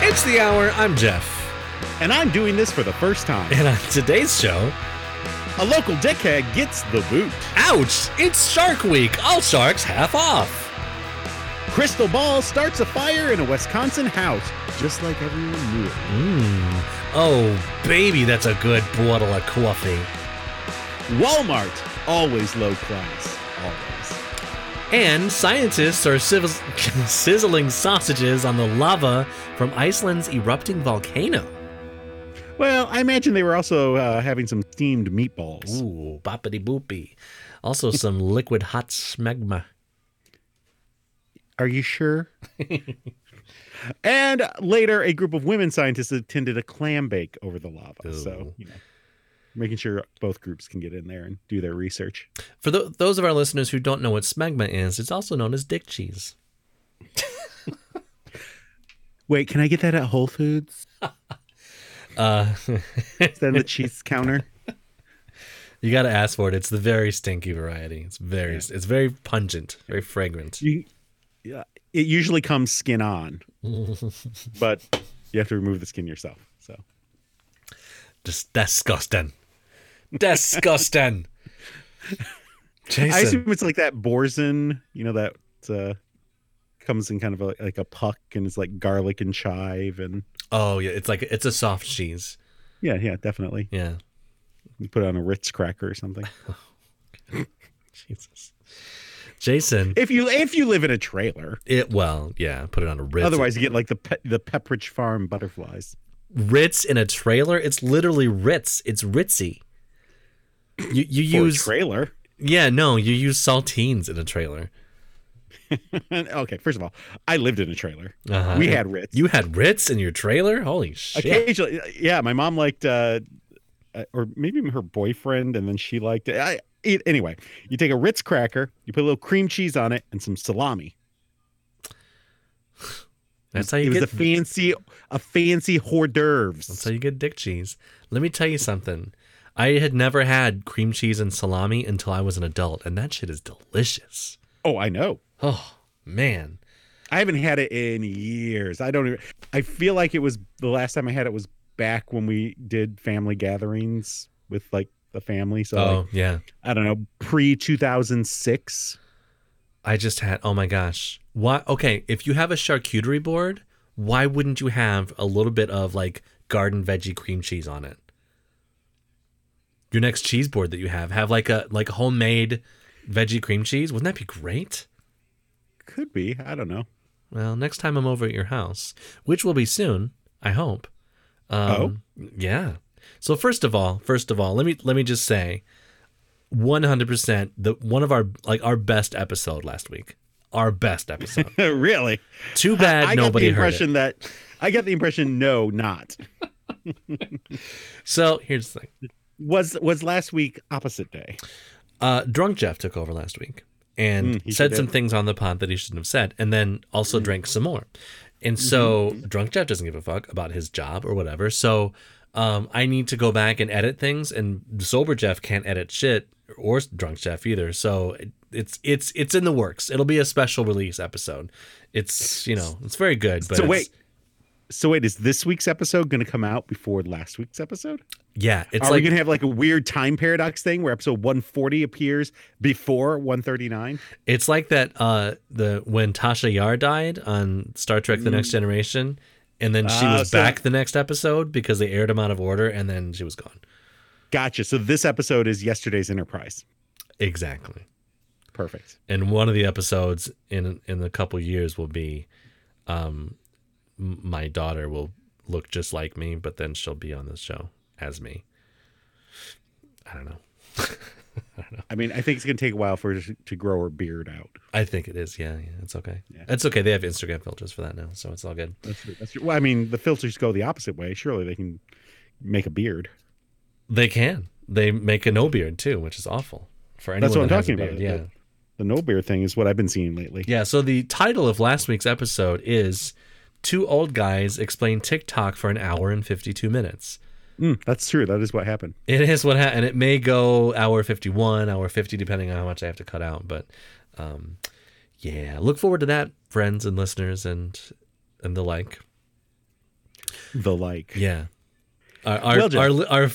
It's the hour. I'm Jeff. And I'm doing this for the first time. And on today's show, A local dickhead gets the boot. ouch, it's Shark Week. All sharks half off. Crystal Ball starts a fire in a Wisconsin house, just like everyone knew it. Mmm. Oh, baby, that's a good bottle of coffee. Walmart, always low class. Always. And scientists are sizz- sizzling sausages on the lava from Iceland's erupting volcano. Well, I imagine they were also uh, having some themed meatballs. Ooh, boppity boopy. Also, some liquid hot smegma. Are you sure? and later, a group of women scientists attended a clam bake over the lava. So, Ooh. you know, making sure both groups can get in there and do their research. For tho- those of our listeners who don't know what smegma is, it's also known as dick cheese. Wait, can I get that at Whole Foods? Uh, Is that on the cheese counter? you got to ask for it. It's the very stinky variety. It's very, it's very pungent, very fragrant. You, yeah, it usually comes skin on, but you have to remove the skin yourself. So Just disgusting, disgusting. I Jason, assume it's like that Borzin, you know, that uh, comes in kind of a, like a puck and it's like garlic and chive and oh yeah, it's like it's a soft cheese. yeah, yeah, definitely. Yeah, You put it on a Ritz cracker or something. Jesus. Jason, If you if you live in a trailer, it well, yeah, put it on a Ritz. otherwise you get like the pe- the Pepperidge Farm butterflies. Ritz in a trailer. It's literally Ritz. It's Ritzy. You you For a use trailer. yeah no you use saltines in a trailer. okay, first of all, I lived in a trailer. Uh-huh. We had Ritz. You had Ritz in your trailer? Holy shit. occasionally yeah my mom liked uh uh, or maybe her boyfriend and then she liked it i it, anyway you take a ritz cracker you put a little cream cheese on it and some salami That's how it you was get a fancy a fancy hors That's d'oeuvres how you get dick cheese. Let me tell you something. I had never had cream cheese and salami until I was an adult, and that shit is delicious. oh i know Oh man. i haven't had it in years i don't even i feel like it was the last time i had it was back when we did family gatherings with like the family so like, oh yeah. i don't know pre 2006 I just had oh my gosh. Why okay, if you have a charcuterie board, why wouldn't you have a little bit of like garden veggie cream cheese on it? Your next cheese board that you have, have like a like homemade veggie cream cheese. Wouldn't that be great? could be i don't know Well, next time I'm over at your house, which will be soon, I hope. Um, oh, yeah. So first of all, first of all, let me let me just say, 100% the one of our like our best episode last week, our best episode. really Too bad I got nobody the heard impression that I got the impression no, not it. So here's the thing: was was last week opposite day. uh, drunk Jeff took over last week and Mm, he sure said did. Mm. some things on the pod that he shouldn't have said, and then also drank some more. Mm-hmm. And so drunk Jeff doesn't give a fuck about his job or whatever. So um, I need to go back and edit things, and sober Jeff can't edit shit or drunk Jeff either. So it- it's it's it's in the works. It'll be a special release episode. It's you know it's very good. But so it's- wait, so wait, is this week's episode going to come out before last week's episode? yeah, it's Are like we going to have like a weird time paradox thing where episode 140 appears before 139? It's like that uh the when Tasha Yar died on Star Trek The Next Generation and then she Mm. Ah, was so- back the next episode because they aired them out of order and then she was gone. Gotcha. So this episode is yesterday's Enterprise. Exactly. Perfect. And one of the episodes in in a couple years will be um m- my daughter will look just like me but then she'll be on this show as me. I don't know. I mean, I think it's going to take a while for her to- to grow her beard out. I think it is. Yeah, yeah, it's okay. Yeah. It's okay. They have Instagram filters for that now, so it's all good. That's, that's well, I mean, the filters go the opposite way. Surely they can make a beard. They can. They make a no beard too, which is awful for anyone. That's what I'm that has a talking beard, about. The- Yeah, The no beard thing is what I've been seeing lately. yeah. So the title of last week's episode is Two Old Guys Explain TikTok for an Hour and 52 Minutes." Mm, that's true. That is what happened. It is what, ha- and it may go hour 51, hour 50, depending on how much I have to cut out. But um, yeah, look forward to that, friends and listeners, and and the like. the like. Yeah. Our our, Well, Jeff. our li- our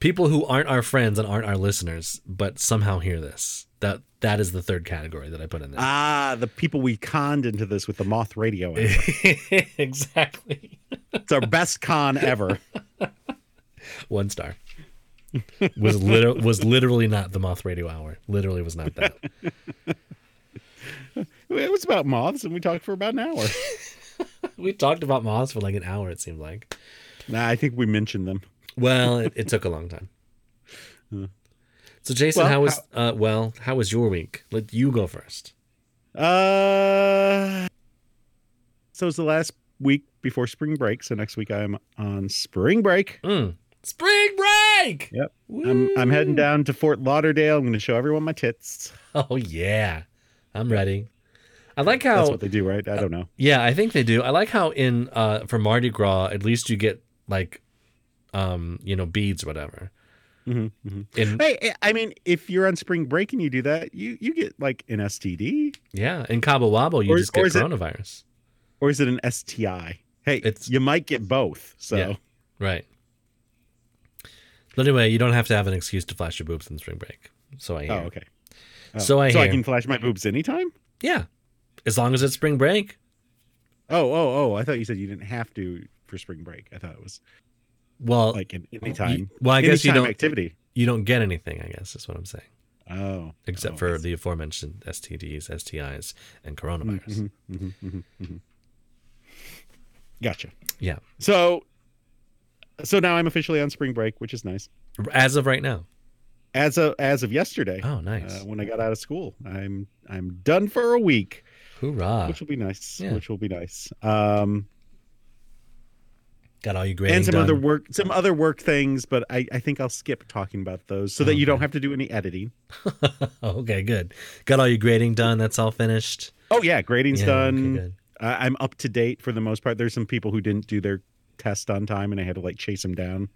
people who aren't our friends and aren't our listeners, but somehow hear this. That that is the third category that I put in there. Ah, the people we conned into this with the Moth Radio. app. exactly. it's our best con ever. One star. was liter- was literally not the Moth Radio Hour. Literally was not that. It was about moths, and we talked for about an hour. we talked about moths for like an hour. It seemed like. Nah, I think we mentioned them. Well, it, it took a long time. So Jason, Well, Hmm. how was uh, well? How was your week? Let you go first. Uh, so it's the last week before spring break. So next week I'm on spring break. Mm. Spring break. Yep. I'm, I'm heading down to Fort Lauderdale. I'm going to show everyone my tits. Oh yeah, I'm ready. I like how That's what they do, right? I don't know. Yeah, I think they do. I like how in uh for Mardi Gras, at least you get like um, you know, beads or whatever. Mhm, mhm. In Hey, I- I mean, if you're on spring break and you do that, you you get like an STD yeah, in Cabo Wabo you Or- just or get is it- coronavirus. or is it an STI? Hey, It's- you might get both. So Oh, Yeah. Right. But anyway, you don't have to have an excuse to flash your boobs in spring break. So I hear. oh, okay. Oh, So I so I hear. can flash my boobs anytime. Yeah. As long as it's spring break. Oh, oh, oh! I thought you said you didn't have to for spring break. I thought it was Well, like an anytime. well, I guess you anytime don't activity. you don't get anything, I guess is what I'm saying. Oh, Except Oh, I for the aforementioned STDs, STIs, and coronavirus. Mhm, mhm, mhm, mhm. Gotcha. Yeah. So, so now I'm officially on spring break, which is nice. As of right now. As of as of yesterday, Oh, nice. uh, when I got out of school, I'm I'm done for a week, Hoorah. which will be nice. Ah. Yeah. Which will be nice. Um, Got all your grading and some done. other work, some other work things, but I I think I'll skip talking about those Oh, so that you don't have to do any editing. okay, good. Got all your grading done. That's all finished. Oh yeah, grading's Yeah, done. Okay, good. I, I'm up to date for the most part. There's some people who didn't do their test on time, and I had to like chase them down.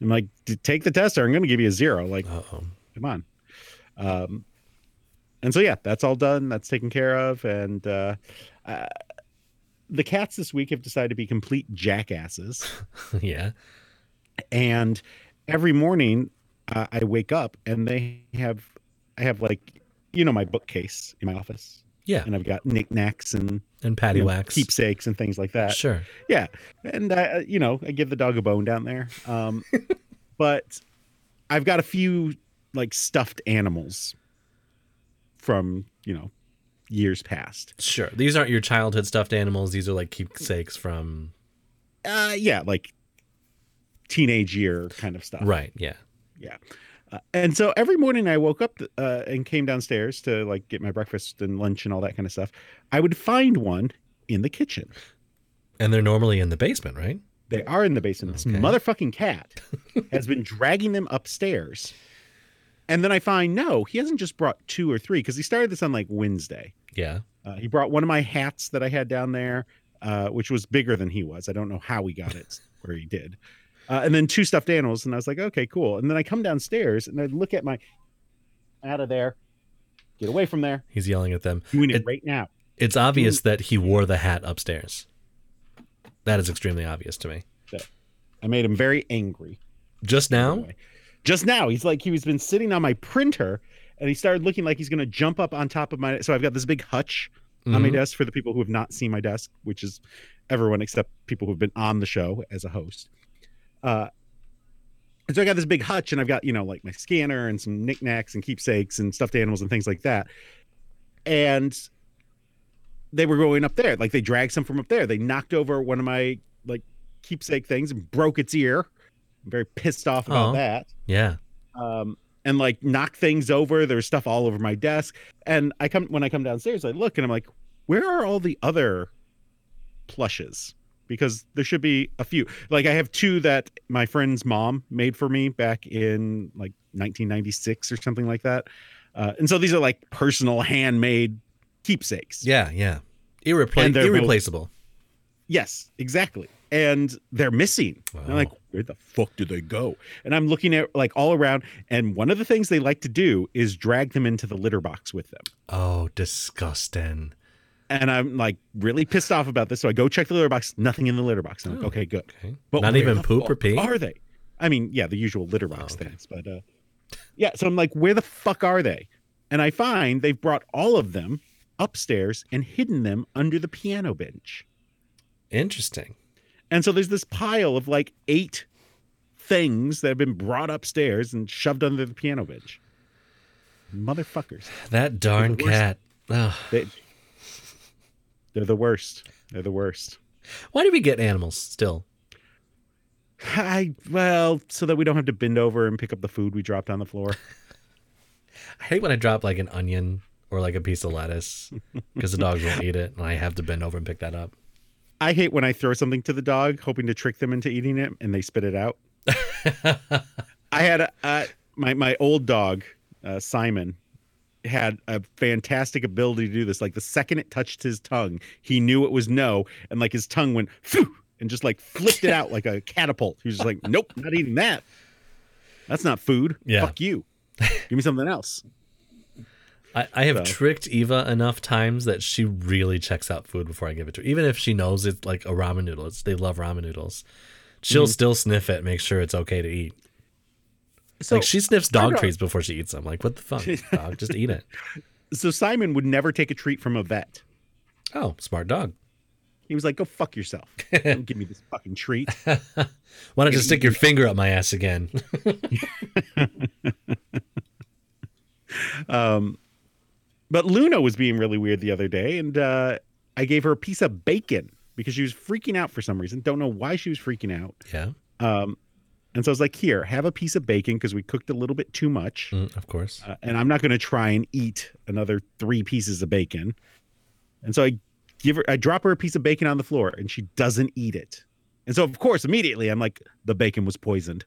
I'm like, "D- take the test, or I'm going to give you a zero. Like, Uh-oh. come on. Um, and so yeah, that's all done. That's taken care of. And uh, uh, the cats this week have decided to be complete jackasses. yeah. and every morning uh, I wake up, and they have, I have like, you know, my bookcase in my office, Yeah. and I've got knickknacks and And patty you know, wax. keepsakes and things like that. Sure. Yeah, and I, uh, you know, I give the dog a bone down there. Um, but I've got a few like stuffed animals from you know years past. Sure. These aren't your childhood stuffed animals. These are like keepsakes from Uh, yeah, like teenage year kind of stuff. Right, yeah. Uh, and so every morning I woke up uh, and came downstairs to like get my breakfast and lunch and all that kind of stuff. I would find one in the kitchen. And they're normally in the basement, right? They are in the basement. This Okay. motherfucking cat has been dragging them upstairs. And then I find no, he hasn't just brought two or three because he started this on like Wednesday. Yeah. Uh, he brought one of my hats that I had down there, uh, which was bigger than he was. I don't know how he got it or he did. Uh, and then two stuffed animals. And I was like, okay, cool. And then I come downstairs and I look at my out of there, get away from there, He's yelling at them. doing it It- right now. It's obvious that he wore the hat upstairs. That is extremely obvious to me. I made him very angry. Just by the now? way. Just now, he's like he was been sitting on my printer, and he started looking like he's going to jump up on top of my. So I've got this big hutch on my Mhm. desk for the people who have not seen my desk, which is everyone except people who've been on the show as a host. Uh, and so I got this big hutch, and I've got you know like my scanner and some knickknacks and keepsakes and stuffed animals and things like that, and they were going up there. Like they dragged some from up there. They knocked over one of my like keepsake things and broke its ear. I'm very pissed off about Aw. that Yeah. um, and like knock things over. There's stuff all over my desk. And I come when I come downstairs, I look and I'm like, where are all the other plushes? Because there should be a few. Like I have two that my friend's mom made for me back in like 1996 or something like that. Uh, and so these are like personal handmade keepsakes. Yeah, yeah. Irrepla- And they're both- irreplaceable. Yes, exactly. And they're missing. And I'm Wow. like, where the fuck do they go? And I'm looking at like all around. And one of the things they like to do is drag them into the litter box with them. Oh, disgusting. And I'm like really pissed off about this. So I go check the litter box. Nothing in the litter box. I'm like, Oh. okay, good. Okay. But Not where even the poop or fuck pee. Oh, Are they? I mean, yeah, the usual litter box okay. things. But uh, yeah, so I'm like, where the fuck are they? And I find they've brought all of them upstairs and hidden them under the piano bench. Interesting. And so there's this pile of like eight things that have been brought upstairs and shoved under the piano bench. Motherfuckers. That darn the worst. cat. Ugh. They, they're the worst. They're the worst. Why do we get animals still? I well, so that we don't have to bend over and pick up the food we dropped on the floor. I hate when I drop like an onion or like a piece of lettuce because the dogs won't eat it and I have to bend over and pick that up. I hate when I throw something to the dog, hoping to trick them into eating it, and they spit it out. I had a, uh, my my old dog uh, Simon had a fantastic ability to do this. Like the second it touched his tongue, he knew it was no, and like his tongue went phew and just like flipped it out like a catapult. He was just like, "Nope, not eating that. That's not food. Yeah. Fuck you. Give me something else." I, I have So. tricked Eva enough times that she really checks out food before I give it to her. Even if she knows it's like a ramen noodle, it's, they love ramen noodles. She'll Mm-hmm. still sniff it, make sure it's okay to eat. So like she sniffs dog dog- treats before she eats them. Like what the fuck, dog? Just eat it. so Simon would never take a treat from a vet. Oh, smart dog. He was like, "Go fuck yourself. Don't give me this fucking treat." Why don't you stick your finger up my ass again? Um, but Luna was being really weird the other day, and uh, I gave her a piece of bacon because she was freaking out for some reason. Don't know why she was freaking out. yeah, Um, and so I was like, "Here, have a piece of bacon because we cooked a little bit too much, Mm, of course. uh, and I'm not going to try and eat another three pieces of bacon." And so I give her, I drop her a piece of bacon on the floor, and she doesn't eat it. And so, of course, immediately I'm like, "The bacon was poisoned.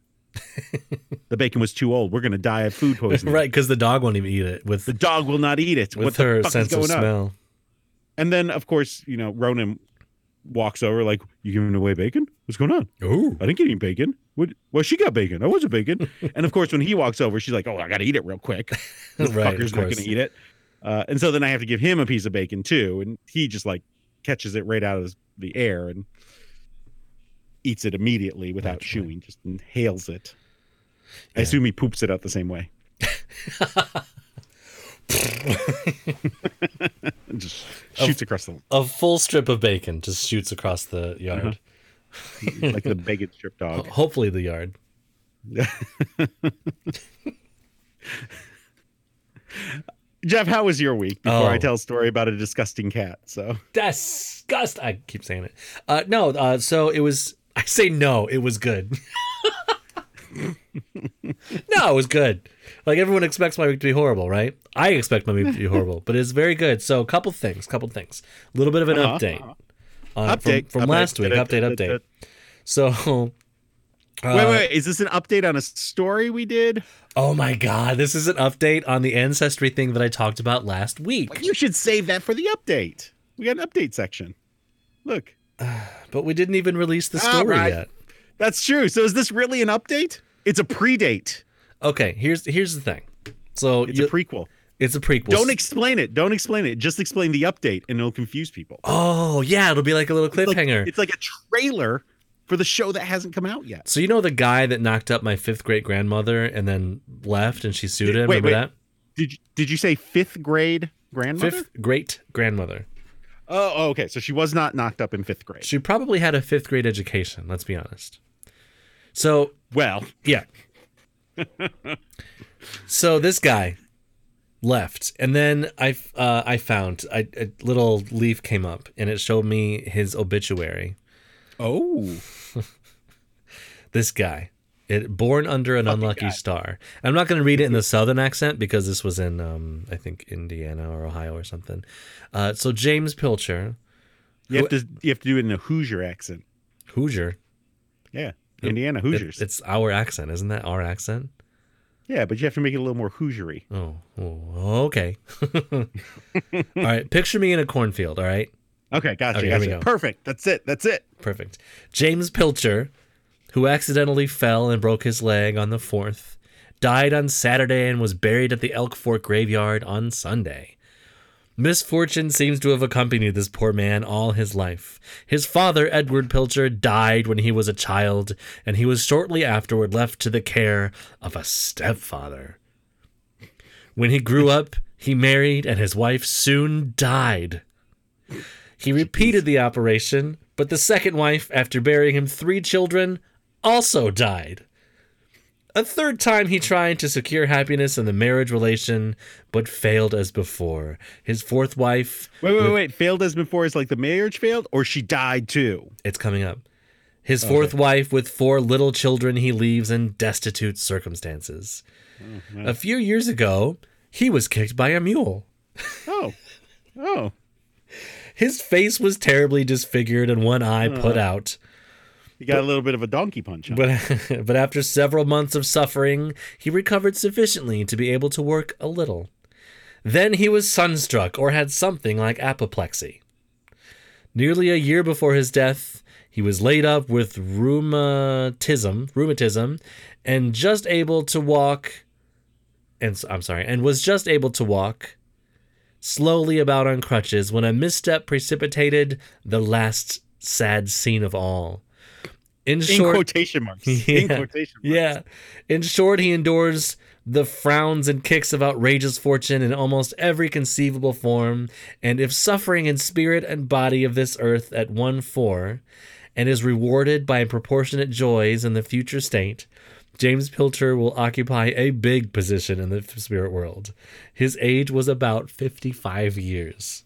the bacon was too old. We're going to die of food poisoning." Right, because the dog won't even eat it with The dog will not eat it. with what the her fuck sense is of going on? smell. And then, of course, you know, Ronan walks over like, "You giving away bacon? What's going on? Ooh, I didn't get any bacon. What? Well, she got bacon. I wasn't bacon." and of course, when he walks over, she's like, "Oh, I got to eat it real quick. This Right, of fucker's not going course. to eat it." Uh, and so then I have to give him a piece of bacon too, and he just like catches it right out of the air and eats it immediately without Naturally. chewing, just inhales it. I Yeah. assume he poops it out the same way. And just shoots across the a full strip of bacon just shoots across the yard. Uh-huh. like the bacon strip dog. Ho- Hopefully, the yard. Jeff, how was your week? Before I Oh. tell a story about a disgusting cat. So Disgust. I keep saying it. Uh, no, uh, so it was. I say no. It was good. no, it was good. Like everyone expects my week to be horrible, right? I expect my week to be horrible, but it's very good. So, a couple things. Couple things. A little bit of an Uh-huh, update. uh-huh. on- update Uh, from, from update, last week. da- Update. da- da- da- Update. So. uh, wait, wait, is this an update on a story we did? Oh my god, this is an update on the ancestry thing that I talked about last week. You should save that for the update. We got an update section. Look, But we didn't even release the All story right. yet. that's true. So is this really an update? It's a predate. Okay, here's here's the thing. So It's you- a prequel. it's a prequel. Don't explain it. Don't explain it. Just explain the update, and it'll confuse people. oh yeah, it'll be like a little It's like- cliffhanger. It's like a trailer for the show that hasn't come out yet. so you know the guy that knocked up my fifth great grandmother and then left, and she sued him. Wait, Remember wait. that Did you, did you say fifth grade grandmother? fifth great grandmother? Oh, oh, okay. So she was not knocked up in fifth grade. She probably had a fifth grade education. Let's be honest. So well, Yeah. so this guy left, and then I uh, I found I, a little leaf came up, and it showed me his obituary. oh, This guy, it born under an unlucky star. I'm not going to read it in the southern accent because this was in um, I think Indiana or Ohio or something. Uh, so James Pilcher, you have to you have to do it in a Hoosier accent. Hoosier. Yeah, Yep. Indiana It- Hoosiers. it's our accent, isn't that our accent? yeah, but you have to make it a little more Hoosiery. Oh, oh okay. all right. Picture me in a cornfield. All right. Okay, gotcha. Okay, here we gotcha. go. Perfect. That's it. That's it. Perfect. James Pilcher, who accidentally fell and broke his leg on the 4th, died on Saturday and was buried at the Elk Fork graveyard on Sunday. Misfortune seems to have accompanied this poor man all his life. His father, Edward Pilcher, died when he was a child, and he was shortly afterward left to the care of a stepfather. When he grew up, he married, and his wife soon died. He repeated the operation, but the second wife, after bearing him three children, also died. A third time he tried to secure happiness in the marriage relation, but failed as before. His fourth wife, Wait, wait, wait. Failed as before is like the marriage failed, or she died too. it's coming up. His fourth wife, with four little children, he leaves in destitute circumstances. A few years ago, he was kicked by a mule. Oh, oh, His face was terribly disfigured and one eye put out. you got a little bit of a donkey punch. Huh? But, but after several months of suffering, he recovered sufficiently to be able to work a little. Then he was sunstruck or had something like apoplexy. Nearly a year before his death, he was laid up with rheumatism, rheumatism, and just able to walk. And s- I'm sorry, and was just able to walk slowly about on crutches when a misstep precipitated the last sad scene of all. In in short, quotation marks. Yeah. In quotation marks. yeah. In short, he endures the frowns and kicks of outrageous fortune in almost every conceivable form, and if suffering in spirit and body of this earth at one four, and is rewarded by proportionate joys in the future state, James Pilcher will occupy a big position in the spirit world. His age was about fifty-five years.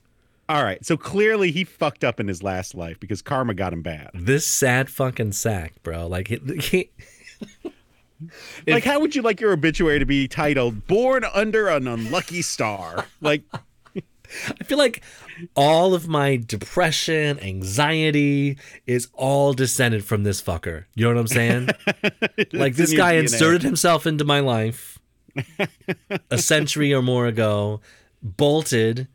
All right. So clearly he fucked up in his last life because karma got him bad. This sad fucking sack, bro. Like he, he, If- like, how would you like your obituary to be titled "Born Under an Unlucky Star"? Like, I feel like all of my depression, anxiety is all descended from this fucker. You know what I'm saying? like it's this in your guy DNA. inserted himself into my life a century or more ago, bolted.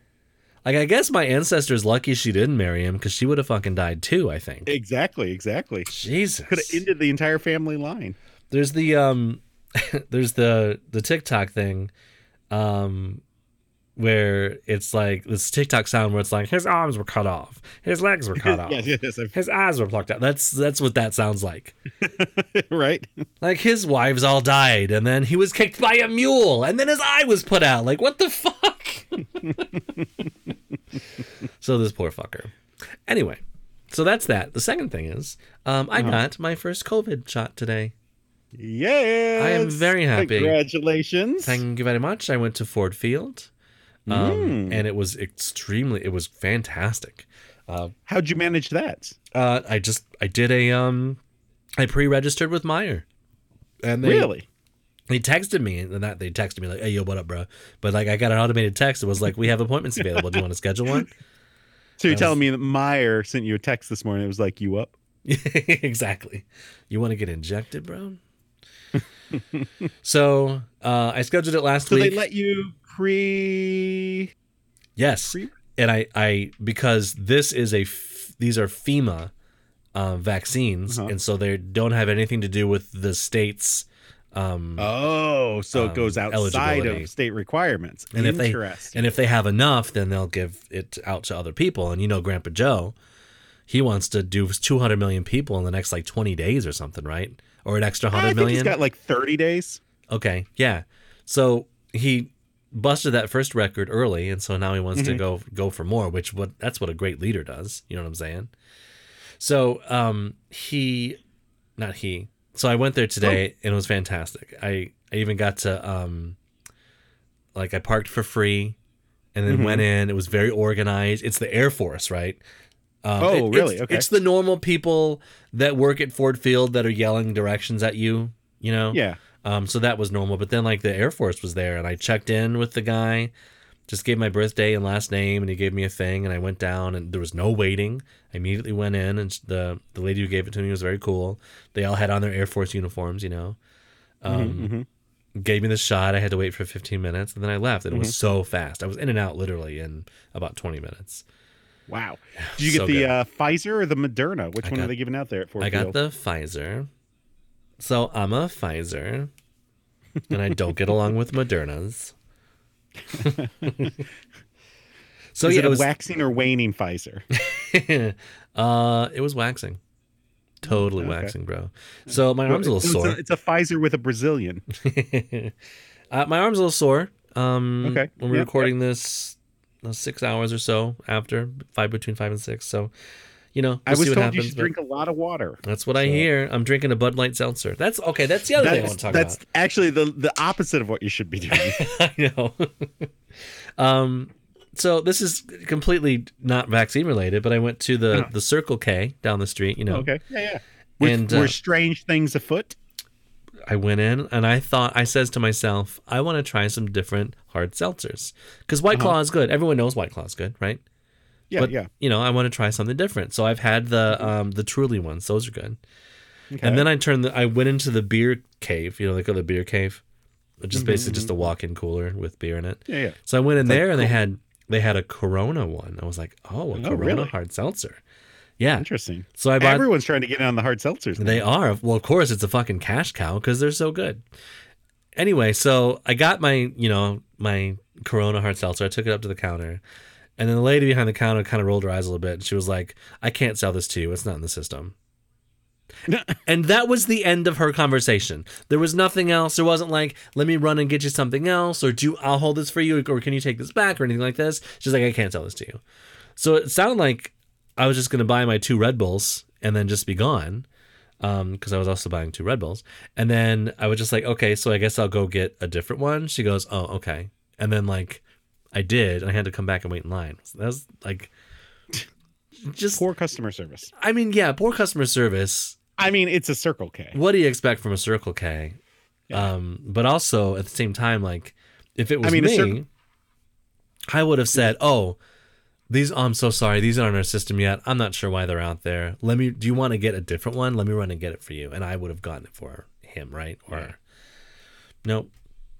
Like I guess my ancestors lucky she didn't marry him because she would have fucking died too. I think. Exactly. Exactly. Jesus. Could have ended the entire family line. There's the um, there's the the TikTok thing, um, where it's like this TikTok sound where it's like his arms were cut off, his legs were cut off, Yes. Yes. I've- his eyes were plucked out. That's that's what that sounds like. right. Like his wives all died, and then he was kicked by a mule, and then his eye was put out. Like what the fuck? so this poor fucker. Anyway, so that's that. The second thing is, um, I got my first COVID shot today. Yes. very happy. Congratulations. Thank you very much. I went to Ford Field, Hmm. um, and it was extremely. It was fantastic. How'd you manage that? Uh, I just I did a um, I pre-registered with Meyer, and they really? they texted me and that they texted me like, "Hey yo, what up, bro?" But like I got an automated text. It was like, "We have appointments available. Do you want to schedule one?" So you're was- telling me that Meyer sent you a text this morning? It was like, "You up?" exactly. You want to get injected, bro? so uh, I scheduled it last So week. they let you pre. Yes. Pre- And I, I because this is a f- these are FEMA uh, vaccines, Uh-huh. and so they don't have anything to do with the states. Um, Oh, so Um, it goes outside eligibility. of state requirements. And if they- Interesting. and if they have enough, then they'll give it out to other people. And you know, Grandpa Joe, he wants to do 200 million people in the next like 20 days or something, right? Or an extra I 100 think he's million. got like 30 days. Okay, yeah. So he busted that first record early, and so now he wants to Mm-hmm. go go for more. Which what that's what a great leader does. You know what I'm saying? So um, he, not he. So I went there today, Oh. and it was fantastic. I I even got to um, like I parked for free, and then went Mm-hmm. in. It was very organized. It's the Air Force, right? Um, Oh, it- it's- really? Okay. It's the normal people that work at Ford Field that are yelling directions at you. You know? Yeah. Um, so that was normal. But then like the Air Force was there, and I checked in with the guy, just gave my birthday and last name, and he gave me a thing, and I went down, and there was no waiting. I immediately went in, and the the lady who gave it to me was very cool. They all had on their Air Force uniforms, you know. Um, Mhm. Gave me the shot. I had to wait for 15 minutes, and then I left. And it was so fast. I was in and out literally in about 20 minutes. Wow. Did you get So the good. uh, Pfizer or the Moderna? Which I one got- are they giving out there at Fort I got Field? the Pfizer. So I'm a Pfizer, and I don't get along with Modernas. So is yeah, it, it was a waxing or waning Pfizer? uh, it was waxing, totally Okay. waxing, bro. So my arm's a little It's sore. It's a, Pfizer with a Brazilian. uh, my arm's a little sore. Um, Okay. When we're Yeah. recording this, uh, six hours or so after five between five and six. So, you know, we'll I was see what told happens. you should but drink a lot of water. that's what I so- hear. I'm drinking a Bud Light seltzer. That's okay. That's the other thing I That's, want to talk that's about. actually the the opposite of what you should be doing. I know. um, so this is completely not vaccine related, but I went to the Uh-huh. the Circle K down the street. You know, Okay. Yeah, yeah. Were, And, uh, were strange things afoot? I went in and I thought I says to myself, I want to try some different hard seltzers because White Uh-huh. Claw is good. Everyone knows White Claw is good, right? Yeah, but yeah. you know, I want to try something different. So I've had the um the Truly ones; those are good. Okay. And then I turned the I went into the beer cave. You know, they call the beer cave, which is Mhm, basically just mhm. a walk-in cooler with beer in it. yeah, yeah. So I went in like there and they cool. had they had a Corona one. I was like, oh, a Oh, Corona really? hard seltzer. Yeah. Interesting. So I bought. Everyone's trying to get on the hard seltzers. now. They are. Well, of course, it's a fucking cash cow because they're so good. Anyway, so I got my, you know, my Corona hard seltzer. I took it up to the counter. And then the lady behind the counter kind of rolled her eyes a little bit. And she was like, I can't sell this to you. It's not in the system. and that was the end of her conversation. There was nothing else. There wasn't like, let me run and get you something else, or do I'll hold this for you, or can you take this back, or anything like this. She's like, I can't sell this to you. So it sounded like I was just going to buy my two Red Bulls and then just be gone because I was also buying two Red Bulls. And then I was just like, okay, so I guess I'll go get a different one. She goes, oh, okay. And then like I did, and I had to come back and wait in line. So that was like just. Poor customer service. I mean, yeah, poor customer service. I mean, it's a Circle K. What do you expect from a Circle K? Yeah. Um, but also at the same time, like if it was mean, a me, Circle- I would have said, "Oh, these. I'm so sorry. These aren't in our system yet. I'm not sure why they're out there. Let me. Do you want to get a different one? Let me run and get it for you." And I would have gotten it for him, right? Or Yeah. nope,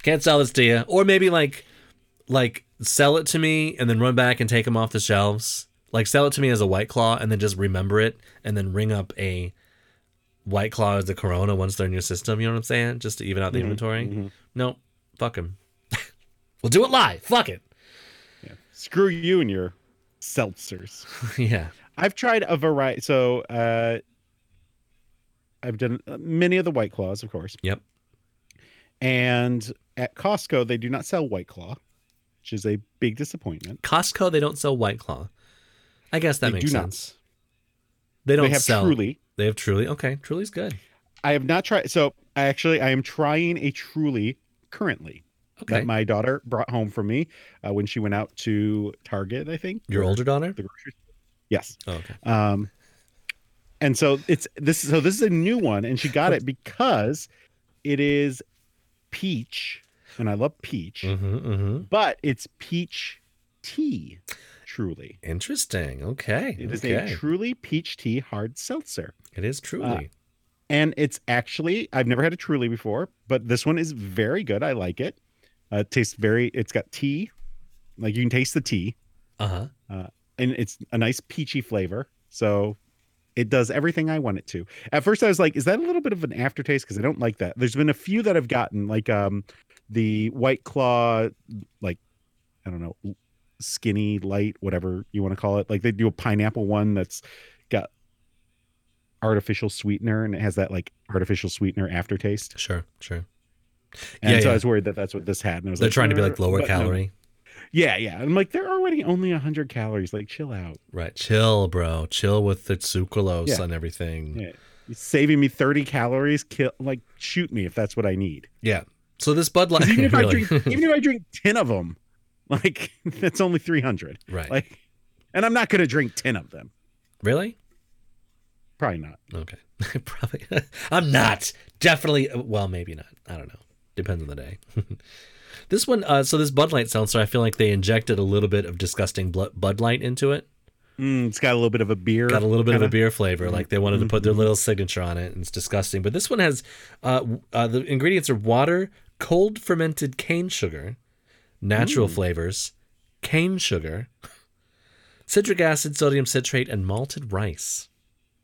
can't sell this to you. Or maybe like, like sell it to me and then run back and take them off the shelves. Like sell it to me as a white claw and then just remember it and then ring up a White Claw is the Corona once they're in your system. You know what I'm saying? Just to even Mm-hmm, out the inventory. No, fuck him. we'll do it live. Fuck it. Screw you and your seltzers. yeah. I've tried a variety. So uh, I've done uh, many of the White Claws, of course. Yep. And at Costco, they do not sell White Claw, which is a big disappointment. Costco, they don't sell White Claw. I guess that They makes do not. sense. They don't they have sell. Truly. They have Truly. Okay, Truly's good. I have not tried. So I actually, I am trying a Truly currently Okay. that my daughter brought home for me uh, when she went out to Target, I think. Your older daughter? The grocery store. Yes. Oh, okay. Um, and so it's this. So this is a new one, and she got it because it is peach, and I love peach, Mm-hmm, mm-hmm. but it's peach tea. Truly, Interesting. Okay. it is okay. a truly peach tea hard seltzer, it is Truly. and it's actually I've never had a truly before, but this one is very good. I like it. Uh, it tastes very. It's got tea, like you can taste the tea, Uh huh. and it's a nice peachy flavor. So it does everything I want it to. At first, I was like, "Is that a little bit of an aftertaste?" Because I don't like that. There's been a few that I've gotten, like um, the White Claw, like I don't know, skinny light, whatever you want to call it. Like they do a pineapple one that's got artificial sweetener and it has that like artificial sweetener aftertaste. Sure. Sure. And Yeah, so yeah. I was worried that that's what this had. And I was They're like, trying to be like "Uh, lower but no." calorie. Yeah, yeah. I'm like, they're already only 100 calories. Like, chill out. Right. Chill, bro. Chill with the sucralose Yeah. and everything. Yeah. It's saving me 30 calories kill like shoot me if that's what i need Yeah. So this Bud Light, 'Cause even if really, i drink even if i drink 10 of them like that's only 300 right? like and i'm not going to drink 10 of them really? probably not Okay, probably. I'm not definitely. uh, Well, maybe not. I don't know. Depends on the day. this one, uh, so this Bud Light seltzer, I feel like they injected a little bit of disgusting bl- Bud Light into it. Mm, it's got a little bit of a beer Got a little bit of a kinda. Mm-hmm. beer flavor, like they wanted to put their little signature on it, and it's disgusting. But this one has uh, w- uh, the ingredients are water, cold fermented cane sugar, Mm. natural flavors, cane sugar, citric acid, sodium citrate, and malted rice.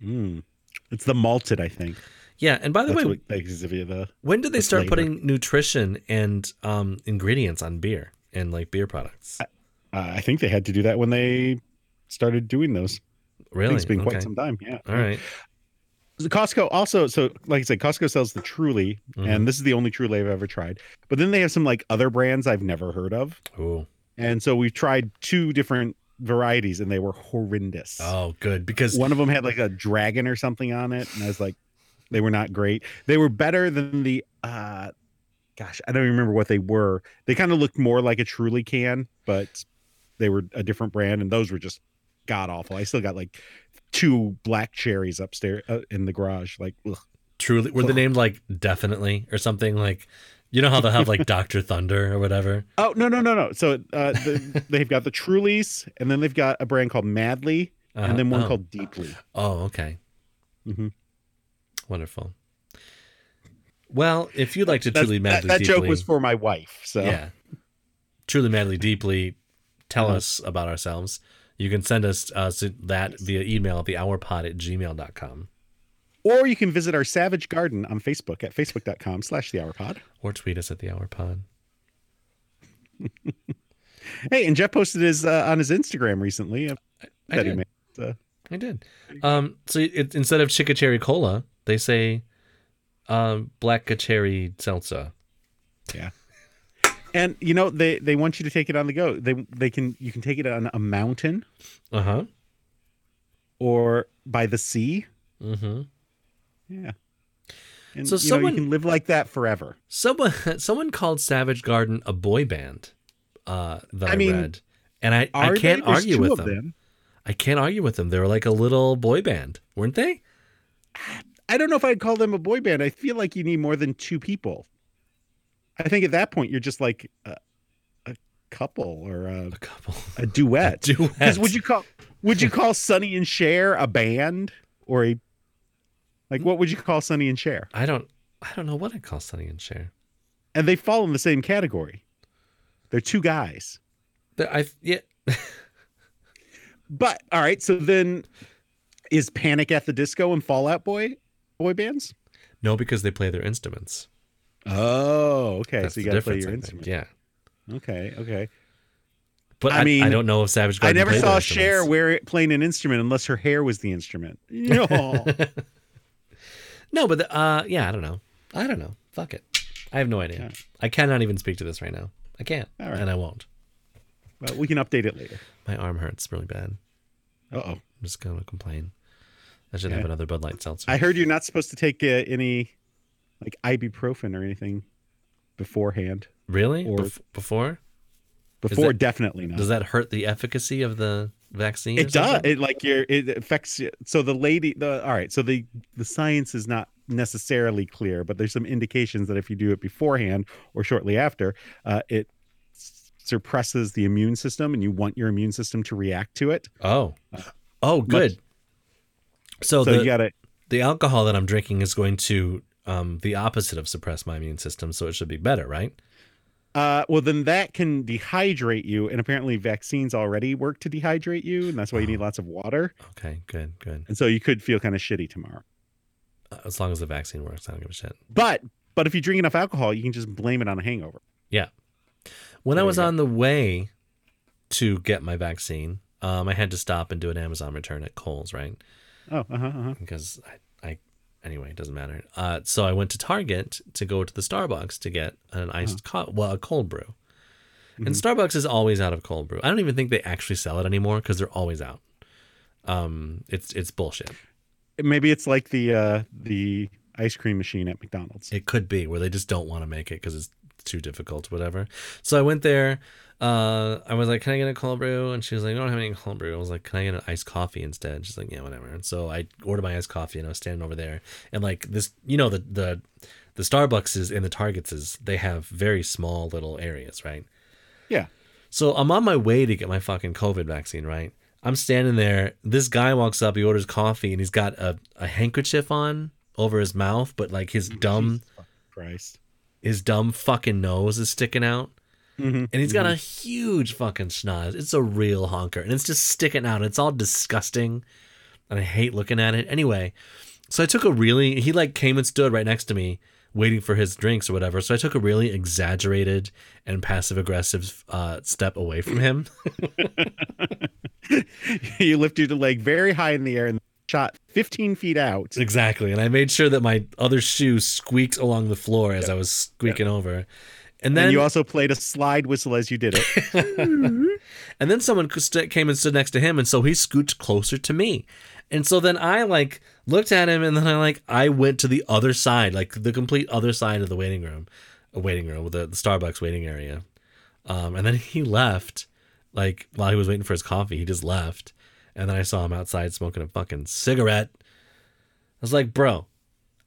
Mm. it's the malted i think Yeah, and by the that's way, what gives you the uh, When did they the start flavor. putting nutrition and um, ingredients on beer and like beer products? Uh, I think they had to do that when they started doing those. I Really? think It's been quite Okay. some time. Yeah. All right. The Costco also, so like I said, Costco sells the Truly, Mm-hmm. and this is the only Truly I've ever tried. But then they have some like other brands I've never heard of, Ooh. and so we've tried two different varieties, and they were horrendous. Oh, good. Because One of them had like a dragon or something on it, and I was like, they were not great. They were better than the, uh gosh, I don't even remember what they were. They kind of looked more like a Truly can, but they were a different brand, and those were just god awful. I still got like two black cherries upstairs uh, in the garage, like. Ugh. truly, were they named like definitely or something like, you know how they'll have like Doctor Thunder or whatever. Oh no no no no! So uh, the, they've got the Trulies, and then they've got a brand called Madly, Uh, and then one oh. called Deeply. Oh, okay. Mhm. Wonderful. Well, if you'd like to That's- truly that, madly that deeply, joke was for my wife. So yeah, truly madly deeply, tell Uh-huh. us about ourselves. You can send us uh, s- that via email at thehourpod at gmail.com or you can visit our Savage Garden on Facebook at facebook.com slash the hour pod. or tweet us at the hour pod. Hey, and Jeff posted his uh, on his Instagram recently. uh, I that he did. made. Uh, I did. Um, so it, instead of Chickacherry Cola, they say um, Black Cherry Seltzer. and you know they they want you to take it on the go. They they can you can take it on a mountain Uh Uh-huh. huh. or by the sea. hmm. Yeah. And So you, someone- know, you can live like that forever. Someone someone called Savage Garden a boy band. Uh, that I, I mean, read, and I, Are I they? can't There's argue two with of them. I can't argue with them. They were like a little boy band, weren't they? I don't know if I'd call them a boy band. I feel like you need more than two people. I think at that point you're just like a, a couple or a, A couple. a duet. Duet. Because would you call would you call Sonny and Cher a band or a like what would you call Sonny and Cher? I don't. I don't know what I call Sonny and Cher. And they fall in the same category. They're two guys. But I yeah. But all right, so then is Panic at the Disco and Fallout Boy boy bands? No, because they play their instruments. Oh, okay. That's so you the gotta play difference. your I think. instrument. Yeah. Okay, okay. But I I, mean, I mean, don't know if Savage Garden. I never play their saw instruments. Cher wear playing an instrument unless her hair was the instrument. No. No, but the, uh, yeah, I don't know. I don't know. Fuck it. I have no idea. Okay. I cannot even speak to this right now. I can't, All right. and I won't. well, we can update it later. My arm hurts really bad. I'm Uh oh. just gonna complain. I should have Okay. another Bud Light seltzer. I heard you're not supposed to take uh, any like ibuprofen or anything beforehand. really? or- Bef- before? Before, that- definitely not. Does that hurt the efficacy of the vaccine? or it does. something? It like your it affects. You. So the lady, the all right. So the the science is not necessarily clear, but there's some indications that if you do it beforehand or shortly after, uh, it s- suppresses the immune system, and you want your immune system to react to it. Oh. Oh, good. so So the, you got to the alcohol that I'm drinking is going to um, the opposite of suppress my immune system, so it should be better, right? Uh, well, then that can dehydrate you, and apparently vaccines already work to dehydrate you, and that's why you need lots of water. Okay, good, good. And so you could feel kind of shitty tomorrow. Uh, As long as the vaccine works, I don't give a shit. But but if you drink enough alcohol, you can just blame it on a hangover. When I There was you go. on the way to get my vaccine, um, I had to stop and do an Amazon return at Kohl's, right? Oh, uh-huh, uh-huh. Because I, I anyway, it doesn't matter. Uh, so I went to Target to go to the Starbucks to get an iced co- well, a cold brew. And Mm-hmm. Starbucks is always out of cold brew. I don't even think they actually sell it anymore because they're always out. Um, it's it's bullshit. Maybe it's like the uh, the ice cream machine at McDonald's. It could be where they just don't want to make it because it's too difficult, whatever. So I went there. Uh, I was like, "Can I get a cold brew?" And she was like, "I don't have any cold brew." I was like, "Can I get an iced coffee instead?" She's like, "Yeah, whatever." And so I ordered my iced coffee, and I was standing over there, and like this, you know, the the the Starbuckses and the Targetses, they have very small little areas, right? Yeah. So I'm on my way to get my fucking COVID vaccine, right? I'm standing there. This guy walks up, he orders coffee, and he's got a, a handkerchief on over his mouth, but like his dumb Jesus fucking Christ. his dumb fucking nose is sticking out. Mhm, And he's got a huge fucking schnoz. It's a real honker. And it's just sticking out. It's all disgusting. And I hate looking at it. Anyway, so I took a really, he like came and stood right next to me waiting for his drinks or whatever. So I took a really exaggerated and passive aggressive uh, step away from him. you lifted your leg very high in the air and shot 15 feet out. exactly. And I made sure that my other shoe squeaked along the floor as I was squeaking over. And then and you also played a slide whistle as you did it. And then someone c- st- came and stood next to him, and so he scooched closer to me. And so then I like looked at him, and then I like I went to the other side, like the complete other side of the waiting room, a waiting room with the, the Starbucks waiting area. Um, and then he left, like while he was waiting for his coffee, he just left. And then I saw him outside smoking a fucking cigarette. I was like, bro,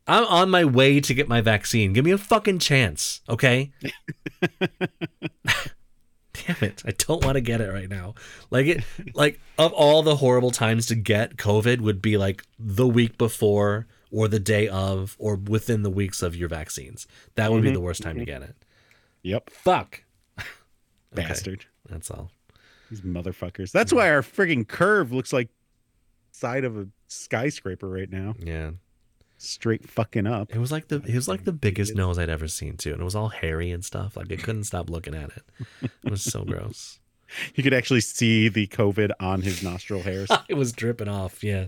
I'm on my way to get my vaccine. Give me a fucking chance, okay? Damn it. I don't want to get it right now. Like it like of all the horrible times to get COVID would be like the week before or the day of or within the weeks of your vaccines. That would be Mhm, the worst time to get it. Yep. Fuck. Okay, Bastard. that's all. These motherfuckers. That's why our friggin' curve looks like side of a skyscraper right now. Yeah. Straight fucking up. It was like the it was like the biggest nose I'd ever seen too. And it was all hairy and stuff. Like I couldn't stop looking at it. It was so gross. You could actually see the COVID on his nostril hairs. it was dripping off, yeah.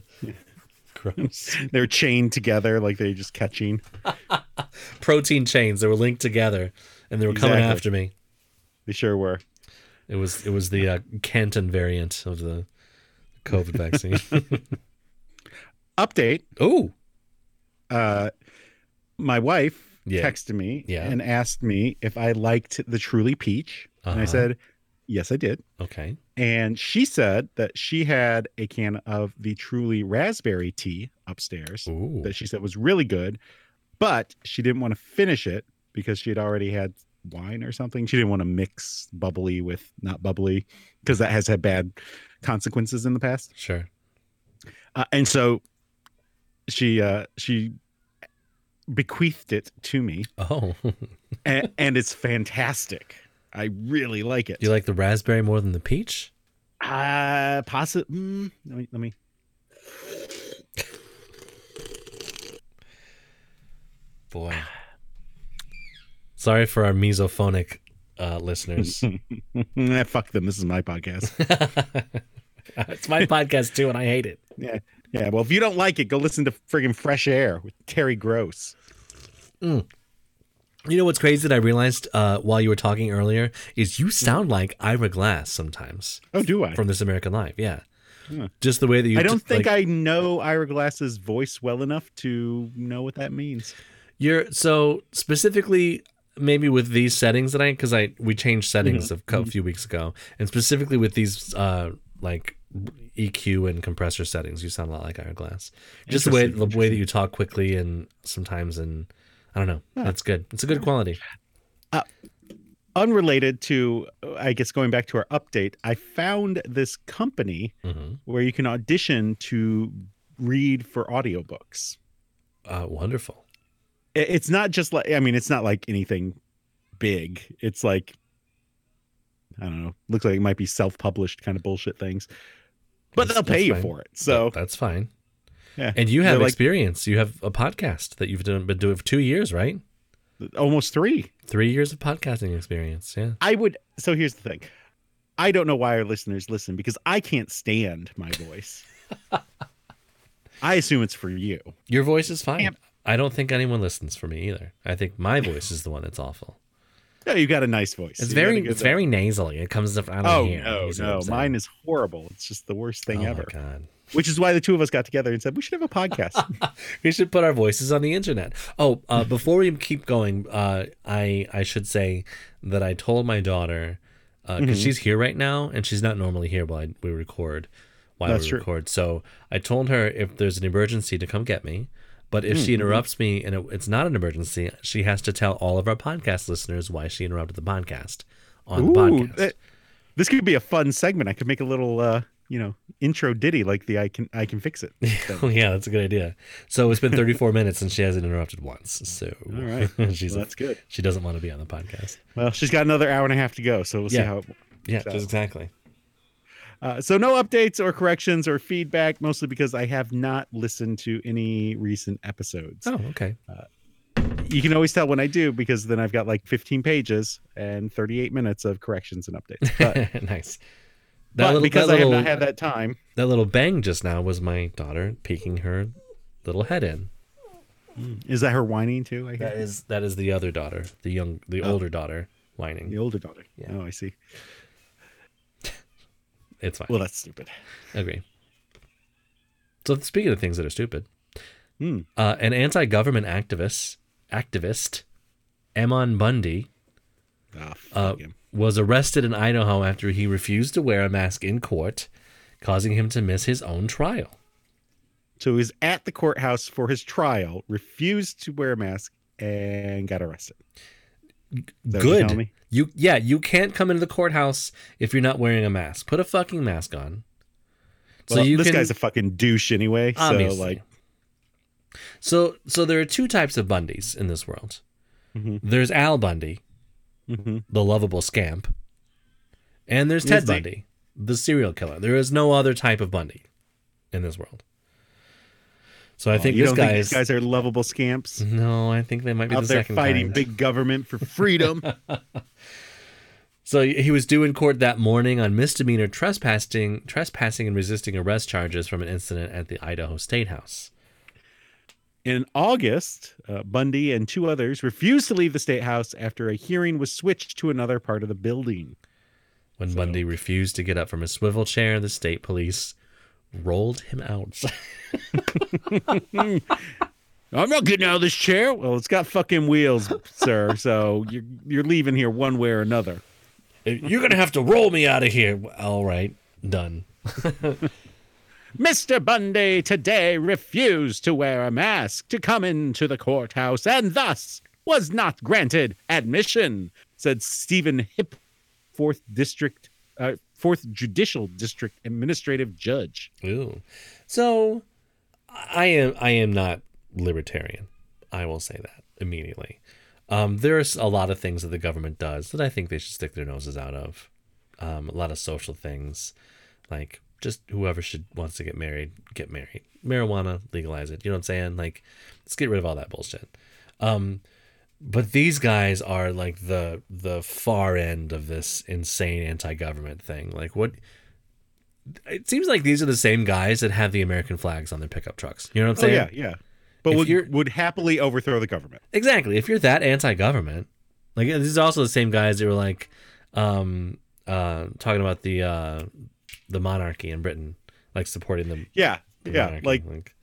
Gross. They're chained together like they're just catching. Protein chains, they were linked together and they were coming Exactly. after me. They sure were. It was it was the uh, Canton variant of the COVID vaccine. Update. oh, Uh my wife Yeah. texted me Yeah. and asked me if I liked the truly peach. And I Uh-huh. said, Yes, I did. okay. And she said that she had a can of the truly raspberry tea upstairs. Ooh, that she said was really good, but she didn't want to finish it because she had already had wine or something. She didn't want to mix bubbly with not bubbly because that has had bad consequences in the past. sure. Uh, and so she uh, she bequeathed it to me, Oh, and, and it's fantastic. I really like it. you like the raspberry more than the peach? Uh, possi- mm, let me let me. Boy, sorry for our mesophonic uh, listeners. Nah, fuck them. This is my podcast. it's my podcast too, and I hate it. yeah. Well, if you don't like it, go listen to friggin' Fresh Air with Terry Gross. You know what's crazy that I realized uh, while you were talking earlier is you sound like Ira Glass sometimes Oh, do I? from This American Life. Yeah, Hmm. just the way that you. I don't think I know Ira Glass's voice well enough to know what that means. You're so specifically maybe with these settings that I because I we changed settings Mm-hmm. a cou- few weeks ago, and specifically with these uh like EQ and compressor settings, you sound a lot like Ira Glass. Just the way the Interesting, way that you talk quickly and sometimes and I don't know. Huh. That's good. It's a good quality. Unrelated to, uh, I guess, going back to our update, I found this company hmm where you can audition to read for audiobooks. Uh, wonderful. I- It's not just like, I mean, it's not like anything big. It's like, I don't know, looks like it might be self published kind of bullshit things, but That's- they'll pay that's you fine. for it. So, That- that's fine. Yeah. And you have They're like- experience. you have a podcast that you've done, been doing for two years, right? almost three. Three years of podcasting experience. Yeah. I would. So here's the thing. I don't know why our listeners listen because I can't stand my voice. I assume it's for you. Your voice is fine. Yep. I don't think anyone listens for me either. I think my voice is the one that's awful. No, you got a nice voice. It's You got a very good it's very nasally. It comes up out of Oh here. no, no, mine is horrible. It's just the worst thing ever. Oh my god. Which is why the two of us got together and said we should have a podcast. We should put our voices on the internet. Oh, uh, before we keep going, uh, I I should say that I told my daughter because Mhm. she's here right now and she's not normally here while I, we record. While That's we true. record, so I told her if there's an emergency to come get me. But if she Mhm. interrupts me and it, it's not an emergency, she has to tell all of our podcast listeners why she interrupted the podcast on the podcast. that- this could be a fun segment. I could make a little, uh, you know, intro ditty like the I can I can fix it. Oh yeah, that's a good idea. So it's been 34 minutes and she hasn't interrupted once. So All right, she's Well, that's good. she doesn't want to be on the podcast. Well, she's got another hour and a half to go, so we'll see Yeah. how it Yeah, So- exactly. Uh, so no updates or corrections or feedback, mostly because I have not listened to any recent episodes. Oh, okay. you can always tell when I do because then I've got like 15 pages and 38 minutes of corrections and updates. But, nice. but That little, because that I have little, not had that time, that little bang just now was my daughter peeking her little head in. is that her whining too? I That hear is that is the other daughter, the young, the Oh. older daughter whining. the older daughter. Yeah. Oh, I see. It's fine. Well, that's stupid. Agree. So speaking of things that are stupid, Hmm. uh, an anti-government activist, activist, Ammon Bundy, Oh, uh, fuck him. was arrested in Idaho after he refused to wear a mask in court, causing him to miss his own trial. So he was at the courthouse for his trial, refused to wear a mask, and got arrested. Is that what you're Good. telling me? You yeah, you can't come into the courthouse if you're not wearing a mask. Put a fucking mask on. So Well, you this can, guy's a fucking douche anyway. obviously. So like, so so there are two types of Bundys in this world. Mhm. There's Al Bundy, mhm. the lovable scamp, and there's Yes, Ted the- Bundy, the serial killer. There is no other type of Bundy in this world. So I think Oh, you this don't guy think is these guys are lovable scamps no. I think they might be out the there second fighting kind. big government for freedom. So he was due in court that morning on misdemeanor trespassing, trespassing and resisting arrest charges from an incident at the Idaho State House. In August, uh, Bundy and two others refused to leave the state house after a hearing was switched to another part of the building. When So- Bundy refused to get up from his swivel chair, the state police rolled him out. I'm not getting out of this chair. Well, it's got fucking wheels, sir. So you're you're leaving here one way or another. You're gonna have to roll me out of here. All right, done. Mr. Bundy today refused to wear a mask to come into the courthouse and thus was not granted admission, said Stephen Hip, 4th District, uh, 4th Judicial District Administrative Judge. Ooh. So I am I am not libertarian. I will say that immediately. Um, there's a lot of things that the government does that I think they should stick their noses out of. Um, a lot of social things, like just whoever should wants to get married, get married. Marijuana, legalize it. You know what I'm saying? Like, let's get rid of all that bullshit. Um, but these guys are like the the far end of this insane anti-government thing. Like, what it seems like these are the same guys that have the American flags on their pickup trucks. You know what I'm Oh, saying? yeah, yeah. But If you're- would, would happily overthrow the government. Exactly. If you're that anti-government, like these are also the same guys that were like um uh talking about the uh the monarchy in Britain, like supporting them. Yeah, the yeah. monarchy, Like,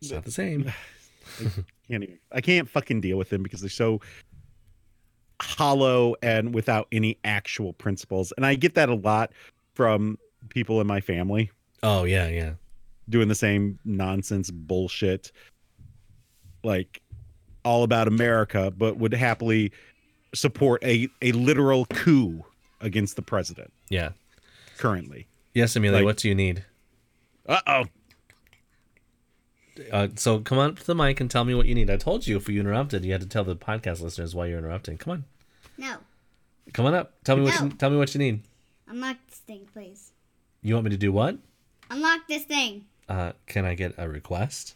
it's not the same. can't even, I can't fucking deal with them because they're so hollow and without any actual principles. And I get that a lot from people in my family. Oh yeah, yeah. doing the same nonsense bullshit like all about america but would happily support a a literal coup against the president Yeah. currently Yes, Amelia, Like- what do you need? uh-oh Uh, so come on up to the mic and tell me what you need. I told you if we interrupted, you had to tell the podcast listeners why you're interrupting. Come on. No, Come on up. Tell me what No. you, tell me what you need. unlock this thing, please. You want me to do what? Unlock this thing. Uh, can I get a request?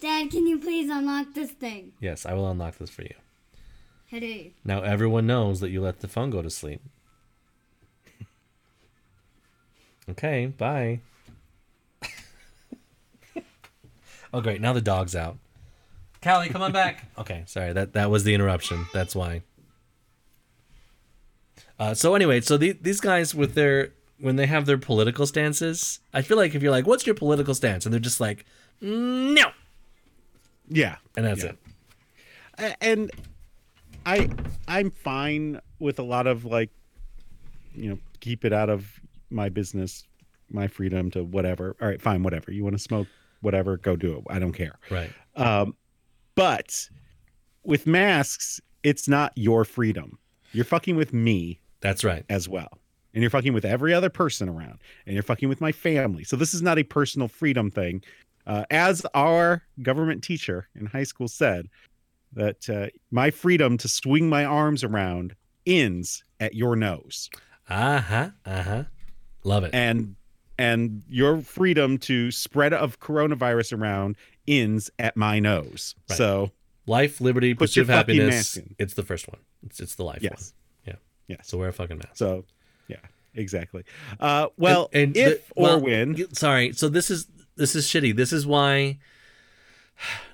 Dad, can you please unlock this thing? Yes, I will unlock this for you. Hey. Now everyone knows that you let the phone go to sleep. Okay, bye. oh great, now the dog's out. Callie, come on back. okay, sorry, that that was the interruption. That's why. Uh, so anyway, so the, these guys with their when they have their political stances, I feel like if you're like, "What's your political stance?" and they're just like, "No," yeah and that's Yeah. it. A- and i i'm fine with a lot of like you know keep it out of my business my freedom to whatever all right fine whatever you want to smoke whatever go do it i don't care Right. Um, but with masks, it's not your freedom. You're fucking with me That's right. as well. And you're fucking with every other person around. And you're fucking with my family. So this is not a personal freedom thing. Uh, as our government teacher in high school said, that uh, my freedom to swing my arms around ends at your nose. Uh huh. Uh huh. Uh-huh, Love it. And and your freedom to spread of coronavirus around ends at my nose. Right. So Life, liberty, Put pursuit your of fucking happiness. mask in. It's the first one. It's it's the life yes, one. Yeah. yes. So wear a fucking mask. So yeah, exactly. Uh, well, And- and if the- or well, when y- Sorry. So this is this is shitty. This is why.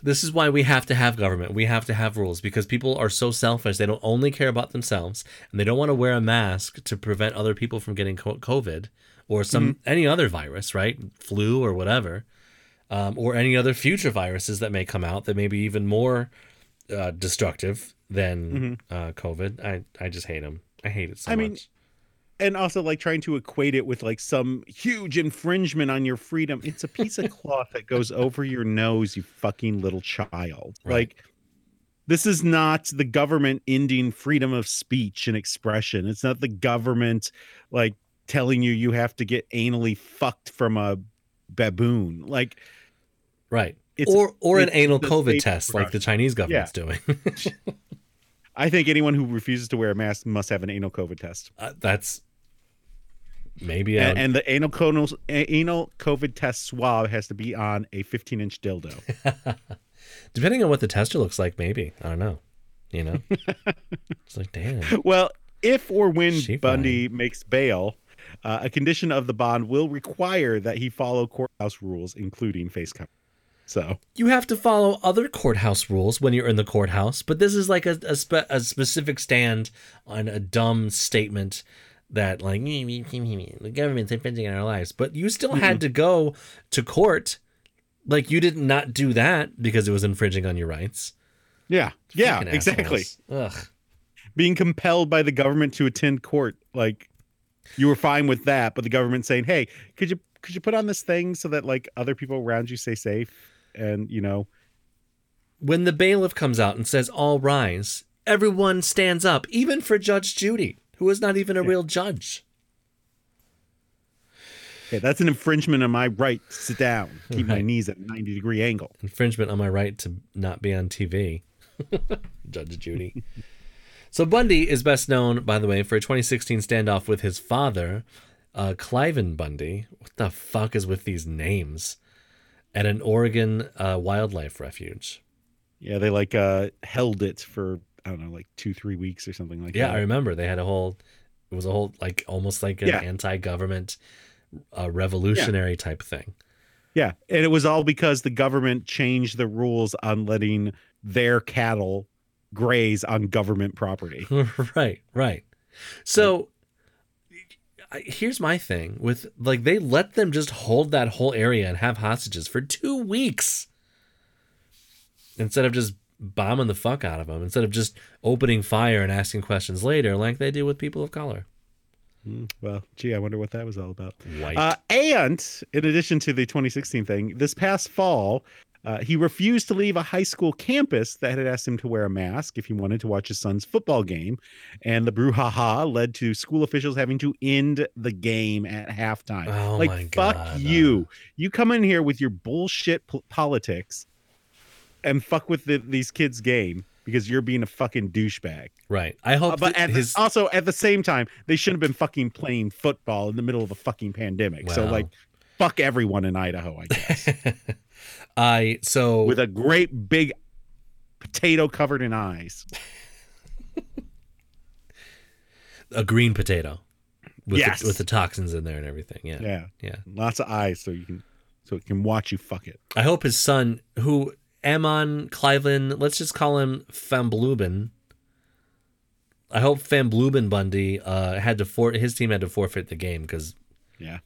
This is why we have to have government. We have to have rules because people are so selfish. They don't only care about themselves, and they don't want to wear a mask to prevent other people from getting co- COVID or some Mm-hmm. any other virus, right? Flu or whatever, um, or any other future viruses that may come out that may be even more uh, destructive than uh, COVID. I I just hate them. I hate it so Mm-hmm. I mean, much. and also like trying to equate it with like some huge infringement on your freedom. It's a piece of cloth that goes over your nose, you fucking little child. Right. Like this is not the government ending freedom of speech and expression. It's not the government like telling you you have to get anally fucked from a baboon. Like Right. It's- or or an it's anal the COVID state test like product. the Chinese government's doing. I think anyone who refuses to wear a mask must have an anal COVID test. Uh, that's maybe A- I And, would- the anal conal, a- anal COVID test swab has to be on a 15 inch dildo. depending on what the tester looks like, maybe. I don't know. You know? it's like, damn. well, if or when She Bundy makes bail, uh, a condition of the bond will require that he follow courthouse rules, including face cover. So, You have to follow other courthouse rules when you're in the courthouse, but this is like a, a, spe- a specific stand on a dumb statement that, like, the government's infringing on our lives. But you still had to go to court. Like, you did not do that because it was infringing on your rights. yeah, yeah, Fucking exactly. assholes. Ugh. Being compelled by the government to attend court, like you were fine with that, but the government saying, "Hey, could you could you put on this thing so that like other people around you stay safe?" And you know, When the bailiff comes out and says, All rise, everyone stands up, even for Judge Judy, who is not even a real judge. Hey, that's an infringement on my right to sit down, keep my Right. knees at 90 degree angle. Infringement on my right to not be on TV. Judge Judy. so Bundy is best known, by the way, for a 2016 standoff with his father, uh, Cliven Bundy. What the fuck is with these names? At an Oregon uh, wildlife refuge. Yeah, they like uh held it for I don't know, like two, three weeks or something like Yeah, I that. remember they had a whole. It was a whole like almost like an Yeah. anti-government, uh, revolutionary type thing. Yeah. And it was all because the government changed the rules on letting their cattle graze on government property. right, right. So I, here's my thing with like they let them just hold that whole area and have hostages for two weeks instead of just bombing the fuck out of them instead of just opening fire and asking questions later like they do with people of color Mm, well, gee, I wonder what that was all about. white Uh, and in addition to the 2016 thing, this past fall, uh, he refused to leave a high school campus that had asked him to wear a mask if he wanted to watch his son's football game. And the brouhaha led to school officials having to end the game at halftime. Oh like, my fuck God. you. You come in here with your bullshit pol- politics and fuck with the, these kids' game because you're being a fucking douchebag. right i hope Uh, but that at his, the, also at the same time, they shouldn't have been fucking playing football in the middle of a fucking pandemic. So Wow. like, fuck everyone in Idaho, I guess, i so with a great big potato covered in eyes. a green potato with, Yes. the, with the toxins in there and everything yeah Yeah, yeah lots of eyes, so you can so it can watch you fuck it. I hope his son, who Amon Cliven, let's just call him Famblubin. I hope Famblubin Bundy uh, had to for his team had to forfeit the game because Yeah,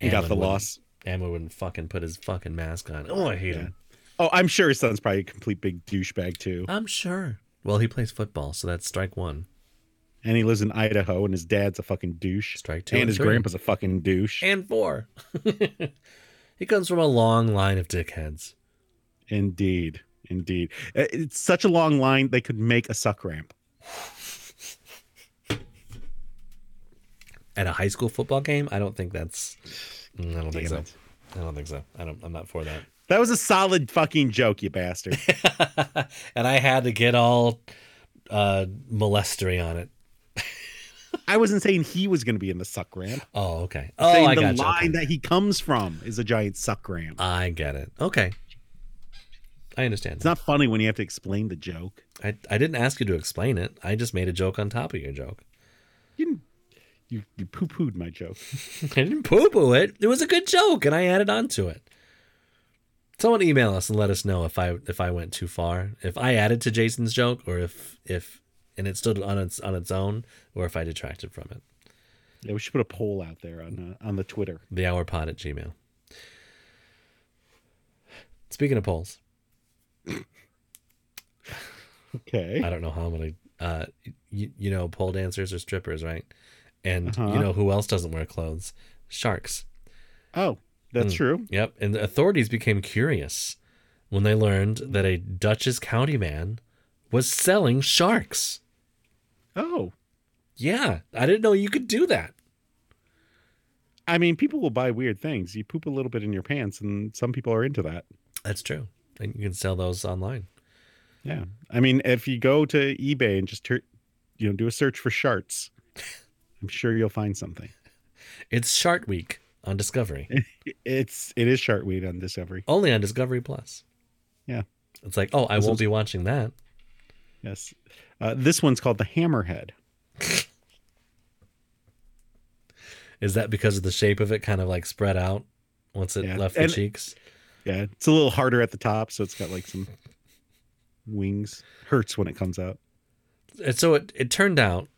he got the loss. Amon wouldn't fucking put his fucking mask on. Oh, I hate him. Oh, I'm sure his son's probably a complete big douchebag too, I'm sure. Well, he plays football, so that's strike one. and he lives in Idaho, and his dad's a fucking douche. Strike two and and his three. grandpa's a fucking douche. and four. he comes from a long line of dickheads. Indeed, indeed. Uh, It's such a long line they could make a suck ramp. At a high school football game, I don't think that's. mm, I don't think Damn so. it. I don't think so. I don't. I'm not for that. That was a solid fucking joke, you bastard. and I had to get all uh molestery on it. I wasn't saying he was going to be in the suck ramp. Oh, okay. I'm Oh, saying I the got you. line Okay. Uh. that he comes from is a giant suck ramp. I get it. Okay. I understand. It's not funny when you have to explain the joke. I, I didn't ask you to explain it. I just made a joke on top of your joke. You didn't, you, you poo pooed my joke. I didn't poo poo it. It was a good joke, and I added on to it. Someone email us and let us know if I if I went too far, if I added to Jason's joke, or if if and it stood on its on its own, or if I detracted from it. Yeah, we should put a poll out there on uh, on the Twitter. The hour pod at Gmail. Speaking of polls, Okay. I don't know how I'm gonna. Uh, you, you know, pole dancers are strippers, right? And Uh-huh. you know who else doesn't wear clothes? Sharks. Oh, that's Mm. true. Yep. And the authorities became curious when they learned that a Dutchess County man was selling sharks. Oh, Yeah. I didn't know you could do that. I mean, people will buy weird things. You poop a little bit in your pants, and some people are into that. That's true. And you can sell those online. Yeah. I mean, if you go to eBay and just tur- you know do a search for sharts, I'm sure you'll find something. It's Shark Week on Discovery, It's it is shark weed on Discovery. only on Discovery Plus. Yeah. It's like, oh, I This won't is- be watching that. Yes. Uh, this one's called the hammerhead. Is that because of the shape of it kind of like spread out once it Yeah. left the And- cheeks? Yeah, it's a little harder at the top, so it's got like some wings. Hurts when it comes out. And so it, it turned out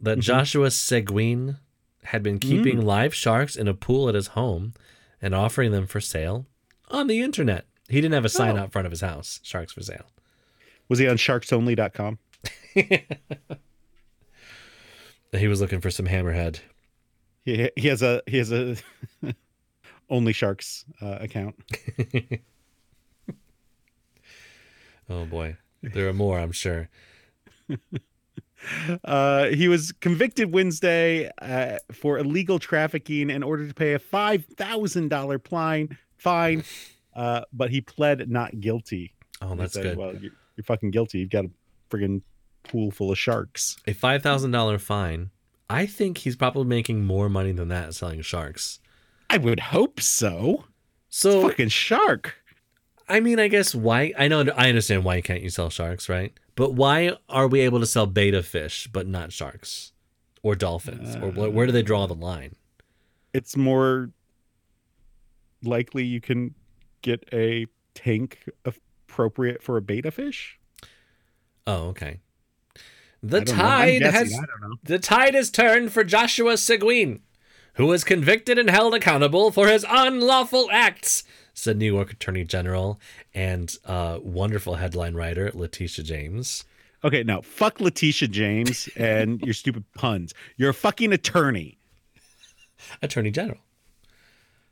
that Mhm. Joshua Seguin had been keeping Mm. live sharks in a pool at his home and offering them for sale on the internet. He didn't have a sign Oh. out front of his house, sharks for sale. Was he on sharksonly.com? He was looking for some hammerhead. He he has a he has a only sharks uh, account. Oh boy. There are more, I'm sure. Uh, he was convicted Wednesday uh, for illegal trafficking and ordered to pay a five thousand dollar fine. Fine, uh, but he pled not guilty. Oh, They that's said, good. Well, you're, you're fucking guilty. You've got a friggin' pool full of sharks. A $5,000 fine. I think he's probably making more money than that selling sharks. I would hope so. So, fucking shark. I mean, I guess why I know I understand why can't you sell sharks, right? But why are we able to sell beta fish but not sharks or dolphins? or wh- where do they draw the line? It's more likely you can get a tank appropriate for a beta fish. Oh, okay. I The don't know. I'm tide guessing. has I don't know. the tide has turned for Joshua Seguin, who was convicted and held accountable for his unlawful acts, said New York Attorney General and uh, wonderful headline writer Letitia James. Okay, now fuck Letitia James and your stupid puns. You're a fucking attorney. Attorney General.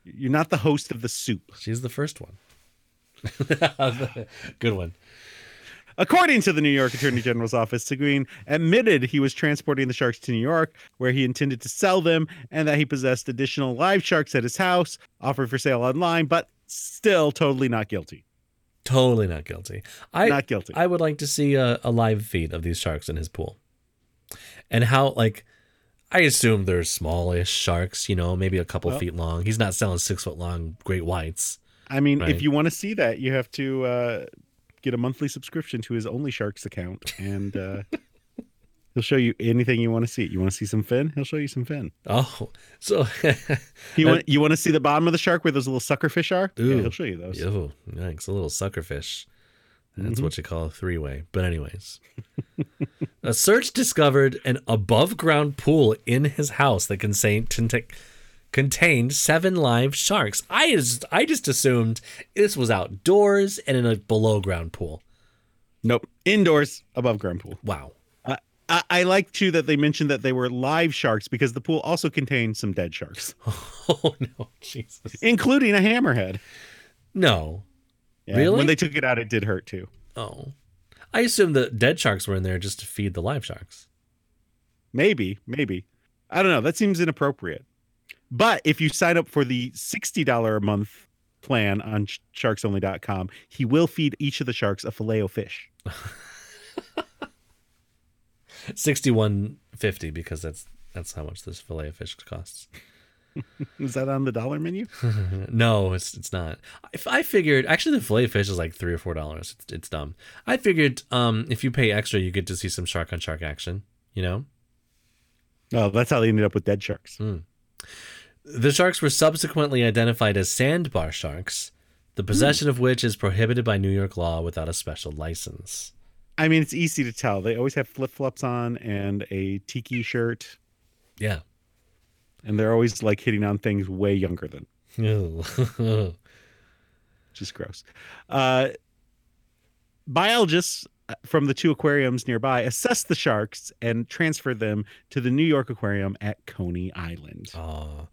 You're not the host of the soup. She's the first one. Good one. According to the New York Attorney General's office, Seguin admitted he was transporting the sharks to New York, where he intended to sell them, and that he possessed additional live sharks at his house, offered for sale online, but still totally not guilty. Totally not guilty. I not guilty. I would like to see a, a live feed of these sharks in his pool, and how like I assume they're smallish sharks. You know, maybe a couple Well- feet long. He's not selling six foot long great whites. I mean, Right. if you want to see that, you have to uh, get a monthly subscription to his Only Sharks account, and uh, he'll show you anything you want to see. You want to see some fin? He'll show you some fin. Oh, so You want you want to see the bottom of the shark where those little sucker fish are? Yeah, Ooh. he'll show you those. oh, yikes! A little suckerfish. That's what you call a three way. But anyways, a search discovered an above ground pool in his house that contained contained seven live sharks. I just I just assumed this was outdoors and in a below ground pool. Nope. Indoors, above ground pool. Wow. I, I like too that they mentioned that they were live sharks because the pool also contained some dead sharks, Oh no, Jesus. including a hammerhead. No. Yeah, Really? When they took it out, it did hurt too. Oh. I assume the dead sharks were in there just to feed the live sharks. Maybe, maybe. I don't know. That seems inappropriate. But if you sign up for the $60 a month plan on sh- sharksonly.com, he will feed each of the sharks a filet of fish. 6150 because that's That's how much this fillet of fish costs. Is that on the dollar menu? Mm-hmm. no, it's it's not. If I figured, actually, the fillet of fish is like three or four dollars. It's, it's dumb. I figured, um, if you pay extra, you get to see some shark on shark action. You know, Oh, that's how they ended up with dead sharks. the sharks were subsequently identified as sandbar sharks, the possession of which is prohibited by New York law without a special license. I mean, it's easy to tell. They always have flip flops on and a tiki shirt, Yeah. and they're always like hitting on things way younger than, Ew. which is gross. Uh, biologists uh, from the two aquariums nearby assessed the sharks and transferred them to the New York Aquarium at Coney Island. Aw.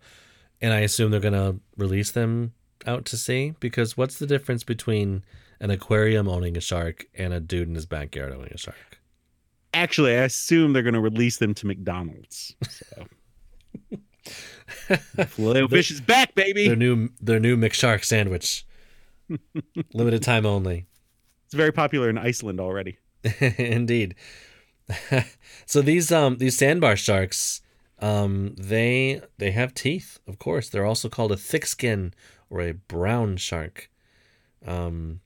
and I assume they're going to release them out to sea because what's the difference between an aquarium owning a shark and a dude in his backyard owning a shark? Actually, I assume they're going to release them to McDonald's. So. Filet fish is back, baby. Their new their new McShark sandwich. Limited time only. It's very popular in Iceland already. Indeed. so these um these sandbar sharks um they they have teeth, of course. They're also called a thick skin or a brown shark. Um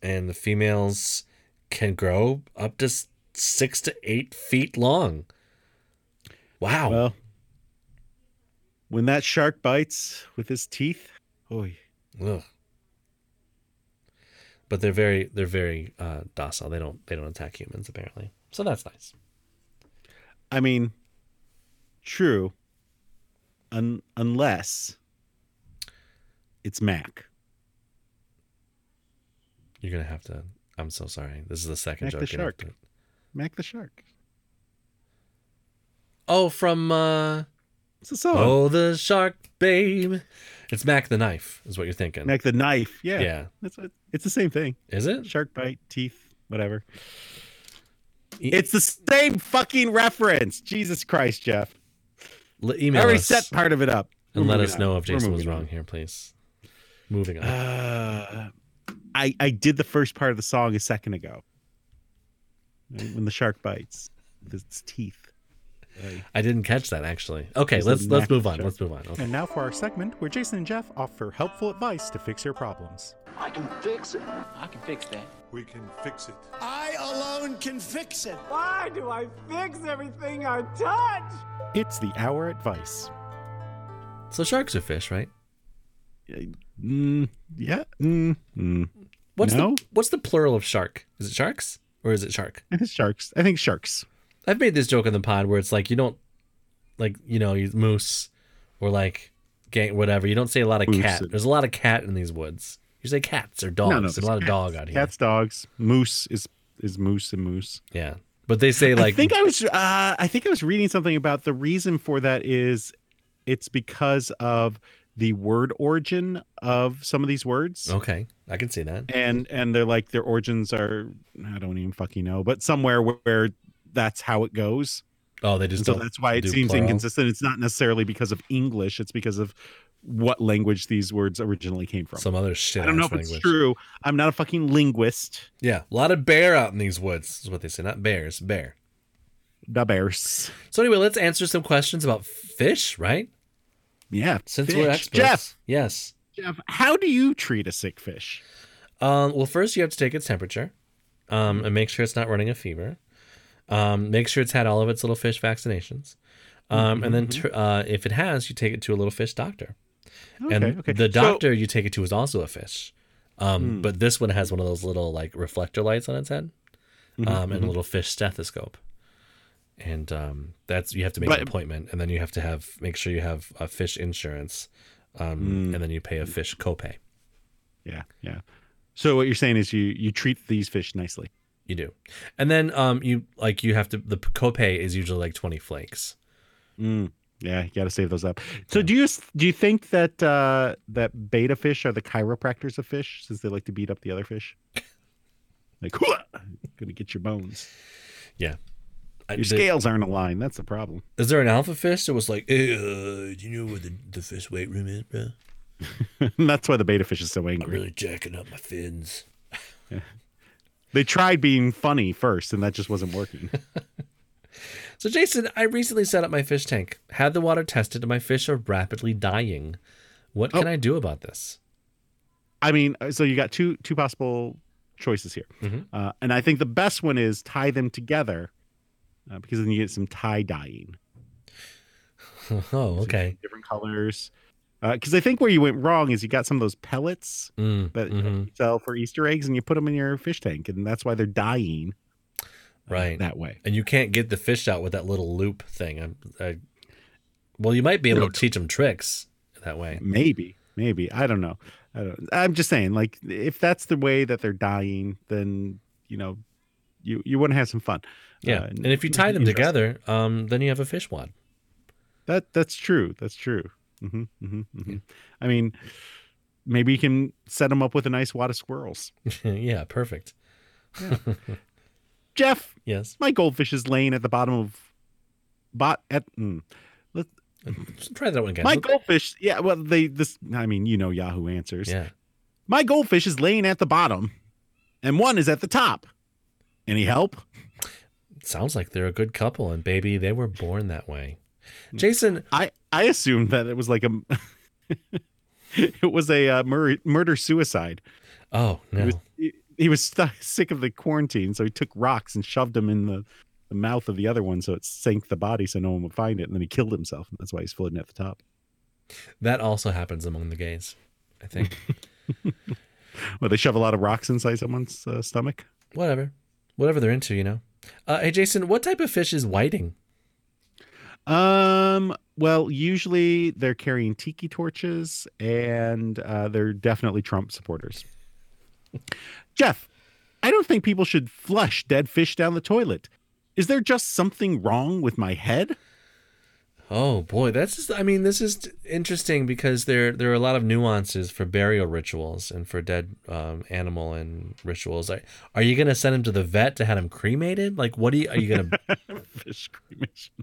and the females can grow up to s- 6 to 8 feet long. Wow. Well, when that shark bites with his teeth, oh, Ugh. But they're very they're very uh, docile. They don't they don't attack humans apparently. So that's nice. I mean, true. Un- unless it's Mac. You're gonna have to. I'm so sorry. This is the second Mac joke. the you're gonna have Shark. to- Mac the shark. Oh, from uh, It's a song. oh the shark, babe. It's Mac the knife, is what you're thinking. Mac the knife. Yeah. Yeah. It's, it's the same thing. Is it? Shark bite, teeth, whatever. E- It's the same fucking reference. Jesus Christ, Jeff. L- I email already us set part of it up. and We're let moving us on. know if We're Jason was moving on. wrong here, please. Moving on. Uh, I I did the first part of the song a second ago. When the shark bites with its teeth. I didn't catch that actually. Okay, It's a let's let's Mac move on. joke. Let's move on. Okay. And now for our segment where Jason and Jeff offer helpful advice to fix your problems. I can fix it. I can fix that. We can fix it. I alone can fix it. Why do I fix everything I touch? It's the Hour Advice. So sharks are fish, right? Mm, yeah. Mm, mm. What's No. the what's the plural of shark? Is it sharks or is it shark? I think sharks. I think sharks. I've made this joke on the pod where it's like you don't like you know you moose or like gang whatever. You don't say a lot of Moose cat. and- There's a lot of cat in these woods. You say cats or dogs. Oh, There's a there's lot of cats. dog out here. Cats, dogs, moose is is moose and moose. Yeah, but they say like I think I was. Uh, I think I was reading something about the reason for that is, it's because of the word origin of some of these words. okay. I can see that. and and they're like their origins are I don't even fucking know, but somewhere where, where that's how it goes. Oh, they just And so don't that's why it do seems plural. inconsistent. It's not necessarily because of English; it's because of what language these words originally came from. Some other shit. I don't know ass if language. it's true. I'm not a fucking linguist. Yeah, a lot of bear out in these woods is what they say. Not bears, bear. Da bears. So anyway, let's answer some questions about fish, right? Yeah. Since fish. we're experts. Jeff, Yes. Jeff, how do you treat a sick fish? Um, well, first you have to take its temperature, um, and make sure it's not running a fever. Um, make sure it's had all of its little fish vaccinations, um, and then tr- uh, if it has, you take it to a little fish doctor. and the So- doctor you take it to is also a fish, um, but this one has one of those little like reflector lights on its head, Mm-hmm. um, and a little fish stethoscope. And um, that's you have to make an But- appointment, and then you have to have make sure you have a fish insurance, um, and then you pay a fish copay. yeah, yeah. So what you're saying is you you treat these fish nicely. You do, and then um, you like you have to the p- copay is usually like twenty flakes. Yeah, you got to save those up. So do you do you think that uh that beta fish are the chiropractors of fish since they like to beat up the other fish? Like, "Hua! gonna get your bones. Yeah, I- Your the- scales aren't aligned. That's the problem. Is there an alpha fish that was like, "Hey, uh, do you know where the, the fish weight room is, bro? And that's why the beta fish is so I'm angry. really jacking up my fins. They tried being funny first, and that just wasn't working. So, Jason, I recently set up my fish tank, had the water tested, and my fish are rapidly dying. What can Oh. I do about this? I mean, uh, so you got two two possible choices here, Mhm. uh, and I think the best one is tie them together, uh, because then you get some tie dyeing. Oh, So you okay. get different colors. Because I think where you went wrong is you got some of those pellets Mm, that mhm. you sell for Easter eggs, and you put them in your fish tank, and that's why they're dying Right. that way. and you can't get the fish out with that little loop thing. I'm, I, well, you might be able No. Mm, to teach them tricks that way. Maybe, maybe I don't know. I don't, I'm just saying, like, if that's the way that they're dying, then you know, you you want to have some fun. Yeah, Uh, and if you tie them interesting. together, um, then you have a fish wad. That that's true. That's true. hmm hmm hmm I mean, maybe you can set them up with a nice wad of squirrels. yeah, perfect. Jeff, Yes, my goldfish is laying at the bottom of bot at. Mm. Let- try that one again. My goldfish, yeah. Well, they this. I mean, you know Yahoo answers. yeah, My goldfish is laying at the bottom, and one is at the top. Any help? sounds like they're a good couple, and baby, they were born that way. Jason, I I assumed that it was like a. it was a uh, mur- murder suicide. oh He no, was, he, he was stu sick of the quarantine, so he took rocks and shoved them in the, the mouth of the other one, so it sank the body, so no one would find it. And then he killed himself, and that's why he's floating at the top. that also happens among the gays. I think. Well, they shove a lot of rocks inside someone's uh, stomach. Whatever, whatever they're into, you know. Uh, hey, Jason, what type of fish is whiting? Um. Well, usually they're carrying tiki torches, and uh, they're definitely Trump supporters. Jeff, I don't think people should flush dead fish down the toilet. Is there just something wrong with my head? Oh boy, that's just, I mean, this is interesting because there there are a lot of nuances for burial rituals and for dead um, animal and rituals. Are, are you gonna send him to the vet to have him cremated? Like, what do you are you gonna? fish cremation.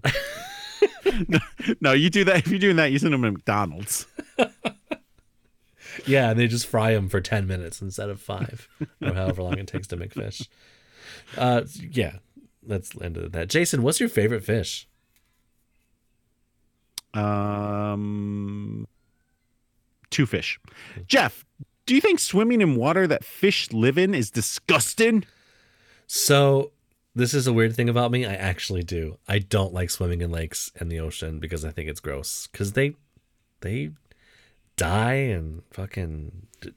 no, no, you do that. If you're doing that, you send them to McDonald's. yeah, and they just fry him for ten minutes instead of five or however long it takes to make fish. Uh, yeah, let's end it at that. Jason, what's your favorite fish? Um, two fish. Jeff, do you think swimming in water that fish live in is disgusting? So this is a weird thing about me. I actually do. I don't like swimming in lakes and the ocean because I think it's gross. Because they, they, die and fucking d-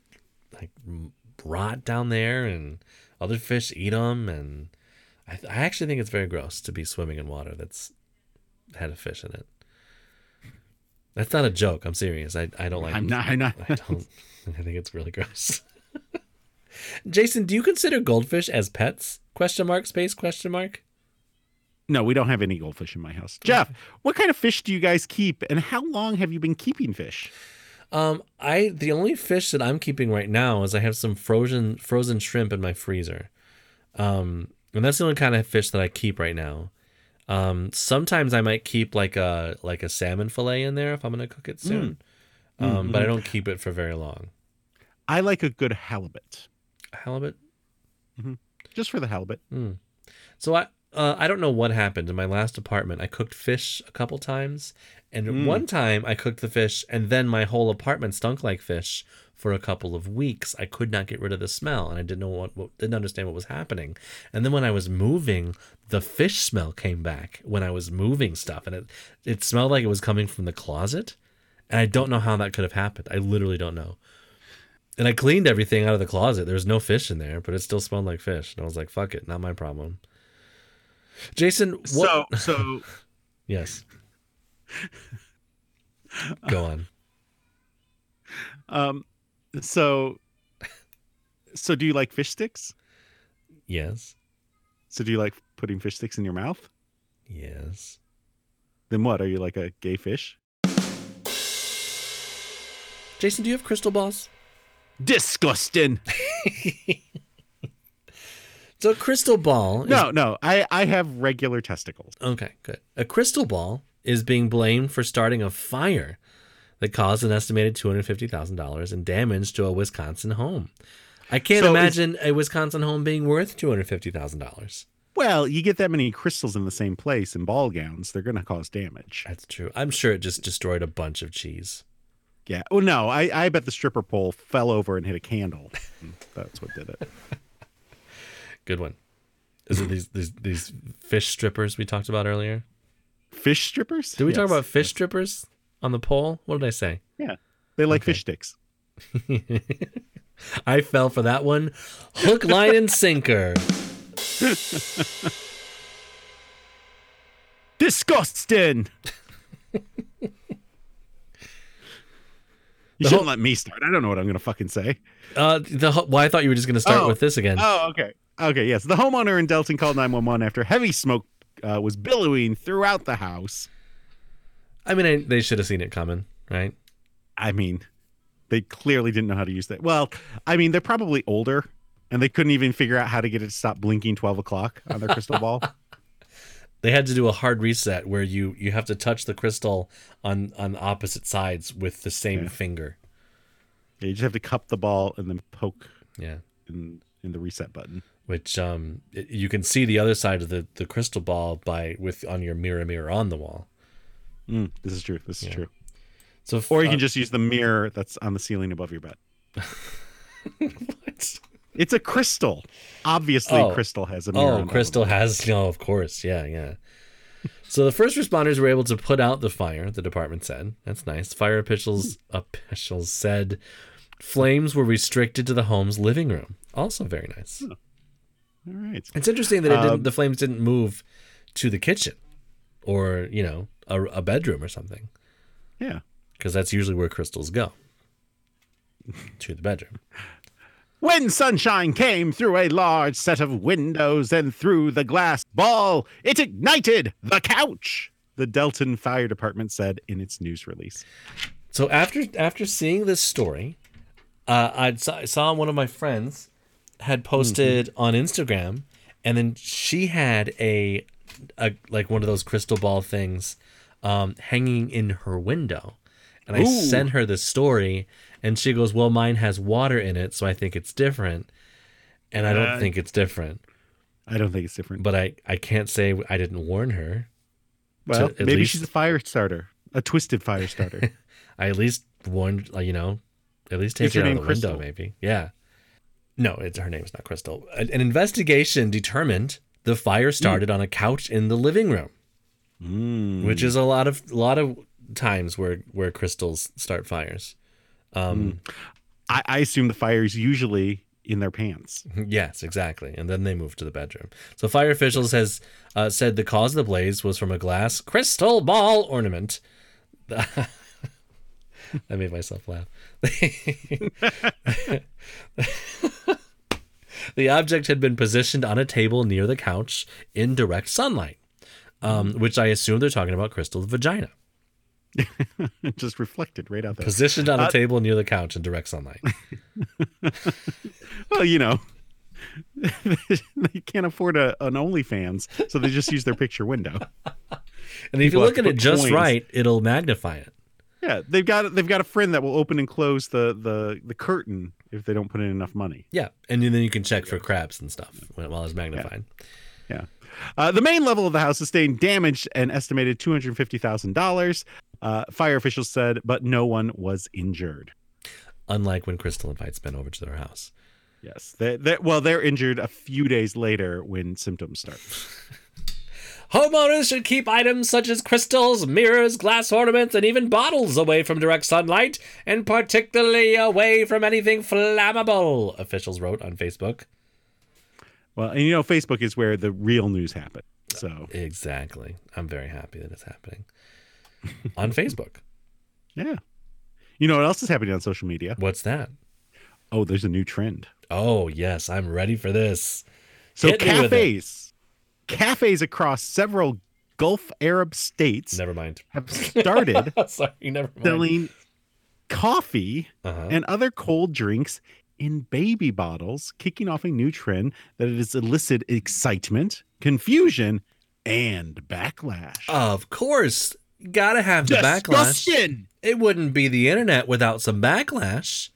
like m- rot down there, and other fish eat them. And I, I actually think it's very gross to be swimming in water that's had a fish in it. That's not a joke. I'm serious. I, I don't like. I'm not. I'm not. I don't. I think it's really gross. Jason, do you consider goldfish as pets? Question mark space question mark. No, we don't have any goldfish in my house. Jeff, what kind of fish do you guys keep, and how long have you been keeping fish? Um, I the only fish that I'm keeping right now is I have some frozen frozen shrimp in my freezer. Um, and that's the only kind of fish that I keep right now. Um, sometimes I might keep like a like a salmon fillet in there if I'm gonna cook it soon. Um, but I don't keep it for very long. I like a good halibut, Halibut. just for the halibut. So I uh, I don't know what happened in my last apartment. I cooked fish a couple times, and one time I cooked the fish, and then my whole apartment stunk like fish for a couple of weeks. I could not get rid of the smell, and I didn't know what, what didn't understand what was happening. And then when I was moving, the fish smell came back when I was moving stuff, and it it smelled like it was coming from the closet. And I don't know how that could have happened. I literally don't know. And I cleaned everything out of the closet. There was no fish in there, but it still smelled like fish. And I was like, "Fuck it, not my problem." Jason, what? So, so yes. Go on. Um, so, so do you like fish sticks? Yes. So do you like putting fish sticks in your mouth? Yes. Then what? Are you like a gay fish? Jason, do you have crystal balls? Disgusting. So a crystal ball. Is, No, no. I I have regular testicles. Okay, good. A crystal ball is being blamed for starting a fire that caused an estimated two hundred fifty thousand dollars in damage to a Wisconsin home. I can't So is- imagine a Wisconsin home being worth two hundred fifty thousand dollars. Well, you get that many crystals in the same place in ball gowns, they're going to cause damage. That's true. I'm sure it just destroyed a bunch of cheese. Yeah. Well, no, I, I bet the stripper pole fell over and hit a candle. Mm, That's what did it. Good one. Is it these these these fish strippers we talked about earlier? Fish strippers? Did we talk Yes. about fish strippers on the pole? What did I say? Yeah. They like fish sticks. I fell for that one. Hook, line, and sinker. Disgusting. you shouldn't whole- let me start. I don't know what I'm going to fucking say. Uh, the ho- well, I thought you were just gonna start Oh. with this again. Oh, okay. Okay, yes. The homeowner in Delton called 911 after heavy smoke uh, was billowing throughout the house. I mean, I, they should have seen it coming, right? I mean, they clearly didn't know how to use that. Well, I mean, they're probably older and they couldn't even figure out how to get it to stop blinking 12 o'clock on their crystal ball. They had to do a hard reset where you you have to touch the crystal on on opposite sides with the same finger. you just have to cup the ball and then poke Yeah. in, in the reset button. which um it- you can see the other side of the the crystal ball by with on your mirror mirror on the wall Mm, this is true. This is Yeah. true. so if, Or you uh, can just use the mirror that's on the ceiling above your bed. what? It's a crystal. Obviously, Oh. crystal has a mirror. on top oh of crystal it. has no of course yeah yeah so the first responders were able to put out the fire the department said that's nice fire officials officials said flames were restricted to the home's living room also very nice All right. it's interesting that it Hmm. Um, didn't the flames didn't move to the kitchen or you know a, a bedroom or something Yeah. because that's usually where crystals go to the bedroom. When sunshine came through a large set of windows and through the glass ball, it ignited the couch, the Delton Fire Department said in its news release. So after after seeing this story, uh, I saw, I saw one of my friends had posted on Instagram, and then she had a, a like one of those crystal ball things um, hanging in her window, and I sent her the story, and she goes, "Well, mine has water in it, so I think it's different." And I don't think it's different, I don't think it's different. but I, I can't say I didn't warn her. Well, at maybe least- she's a fire starter, a twisted fire starter. I at least warned, like, you know, at least take Is her it out of name the Crystal? window, maybe. Yeah. No, it's, her name's not Crystal. An, an investigation determined the fire started on a couch in the living room, Mm. which is a lot of lot of times where where crystals start fires. Um, I, I assume the fire is usually in their pants. Yes, exactly. And then they moved to the bedroom. So fire officials has uh, said the cause of the blaze was from a glass crystal ball ornament. I made myself laugh. the object had been positioned on a table near the couch in direct sunlight, um, which I assume they're talking about crystal's vagina. It just reflected right out there. Positioned Uh, on a table near the couch in direct sunlight. Well, you know, they can't afford a, an OnlyFans, so they just use their picture window. And if you People have look to at it put just coins. right, it'll magnify it. Yeah, they've got they've got a friend that will open and close the the the curtain if they don't put in enough money. Yeah, and then you can check for crabs and stuff when- while it's magnified. Yeah. Uh, the main level of the house sustained damage and estimated two hundred fifty thousand dollars. Uh, fire officials said, but no one was injured. Unlike when Crystal invites Ben over to their house. Yes, they, they, well, they're injured a few days later when symptoms start. Homeowners should keep items such as crystals, mirrors, glass ornaments, and even bottles away from direct sunlight, and particularly away from anything flammable, officials wrote on Facebook. Well, and you know, Facebook is where the real news happened. So Exactly. I'm very happy that it's happening on Facebook. yeah, you know what else is happening on social media? What's that? Oh, there's a new trend. Oh, yes, I'm ready for this. So Hit me with it. cafes, cafes across several Gulf Arab states Never mind. have started Sorry, never mind. selling coffee Uh-huh. and other cold drinks in baby bottles, kicking off a new trend that has elicited excitement, confusion, and backlash. Of course, gotta have Uh, the backlash. Disgusting! It wouldn't be the internet without some backlash.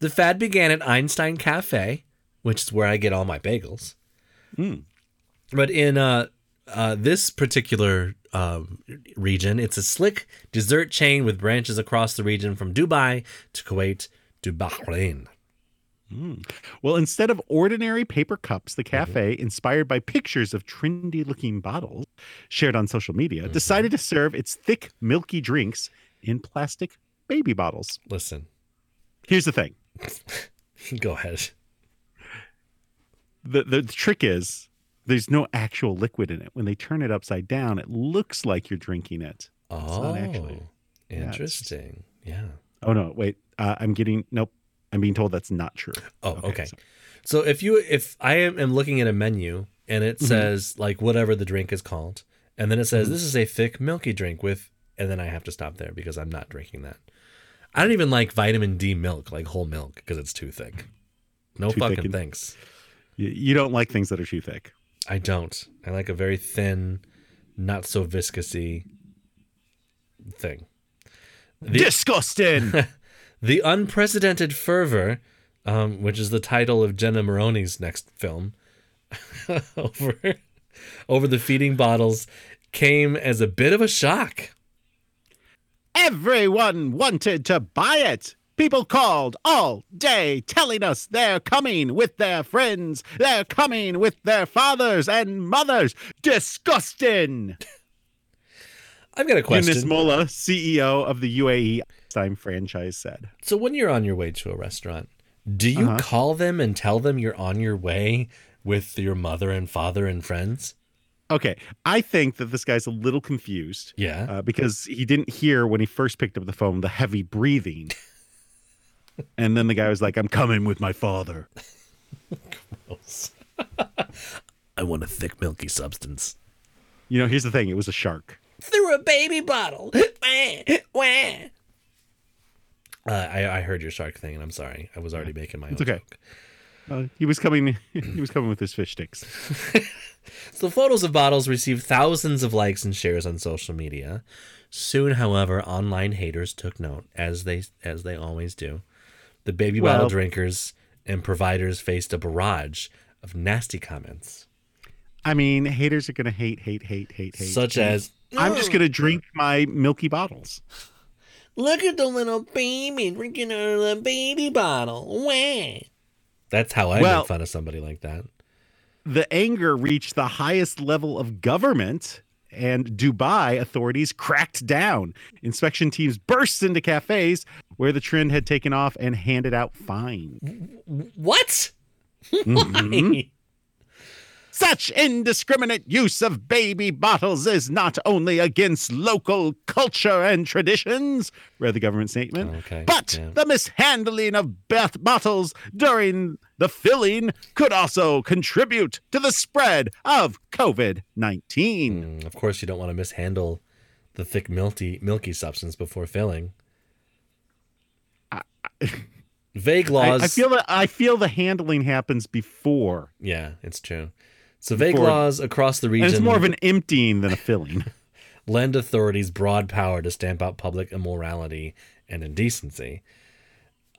The Hmm. fad began at Einstein Cafe, which is where I get all my bagels. But in uh, uh, this particular um, region, it's a slick dessert chain with branches across the region from Dubai to Kuwait to Bahrain. Well, instead of ordinary paper cups, Mm-hmm. the cafe, inspired by pictures of trendy looking bottles shared on social media, Mm-hmm. decided to serve its thick, milky drinks in plastic baby bottles. Listen, Here's the thing go ahead. the, the trick is there's no actual liquid in it. When they turn it upside down, it looks like you're drinking it. Oh, not actually- it's interesting. Yeah. Oh, no, wait. Uh, I'm getting, nope. I'm being told that's not true. Oh, okay. so- So if you if I am, am looking at a menu and Mm-hmm. it says like whatever the drink is called, and then it says this is a thick milky drink with, and then I have to stop there because I'm not drinking that. I don't even like vitamin D milk, like whole milk, because it's too thick. No Too thick fucking and- thanks. You, you don't like things that are too thick. I don't. I like a very thin, not so viscousy thing. The- Disgusting. The Unprecedented Fervor, um, which is the title of Jenna Maroney's next film, over, over the feeding bottles, came as a bit of a shock. Everyone wanted to buy it. People called all day telling us they're coming with their friends, they're coming with their fathers and mothers. Disgusting. I've got a Yunus question. Mola, CEO of the UAE Einstein franchise, said, So, when you're on your way to a restaurant, do you Uh-huh. call them and tell them you're on your way with your mother and father and friends? Okay, I think that this guy's a little confused. Yeah. uh, because he didn't hear when he first picked up the phone the heavy breathing. and then the guy was like, I'm coming with my father. I want a thick, milky substance. You know, here's the thing it was a shark. Through a baby bottle. Wah, wah. Uh, I, I heard your shark thing, and I'm sorry. I was already making my own. It's okay. joke. Uh, he was coming. He was coming with his fish sticks. The photos of bottles received thousands of likes and shares on social media. Soon, however, online haters took note, as they as they always do. The baby bottle Well- drinkers and providers faced a barrage of nasty comments, I mean, haters are gonna hate, hate, hate, hate, hate. such as I'm just gonna drink my milky bottles. "Look at the little baby drinking out of the baby bottle." Wah. That's how I Well- make fun of somebody like that. The anger reached the highest level of government, and Dubai authorities cracked down. Inspection teams burst into cafes where the trend had taken off and handed out fines. What? Mm-hmm. Mm-hmm. Such indiscriminate use of baby bottles is not only against local culture and traditions, read the government statement, Okay, but Oh, yeah. the mishandling of bath bottles during the filling could also contribute to the spread of COVID 19. Mm, Of course, you don't want to mishandle the thick milky milky substance before filling. vague I, laws. I feel that I feel the handling happens before. yeah, it's true. So vague Before- laws across the And region it's more of an emptying than a filling. lend authorities broad power to stamp out public immorality and indecency.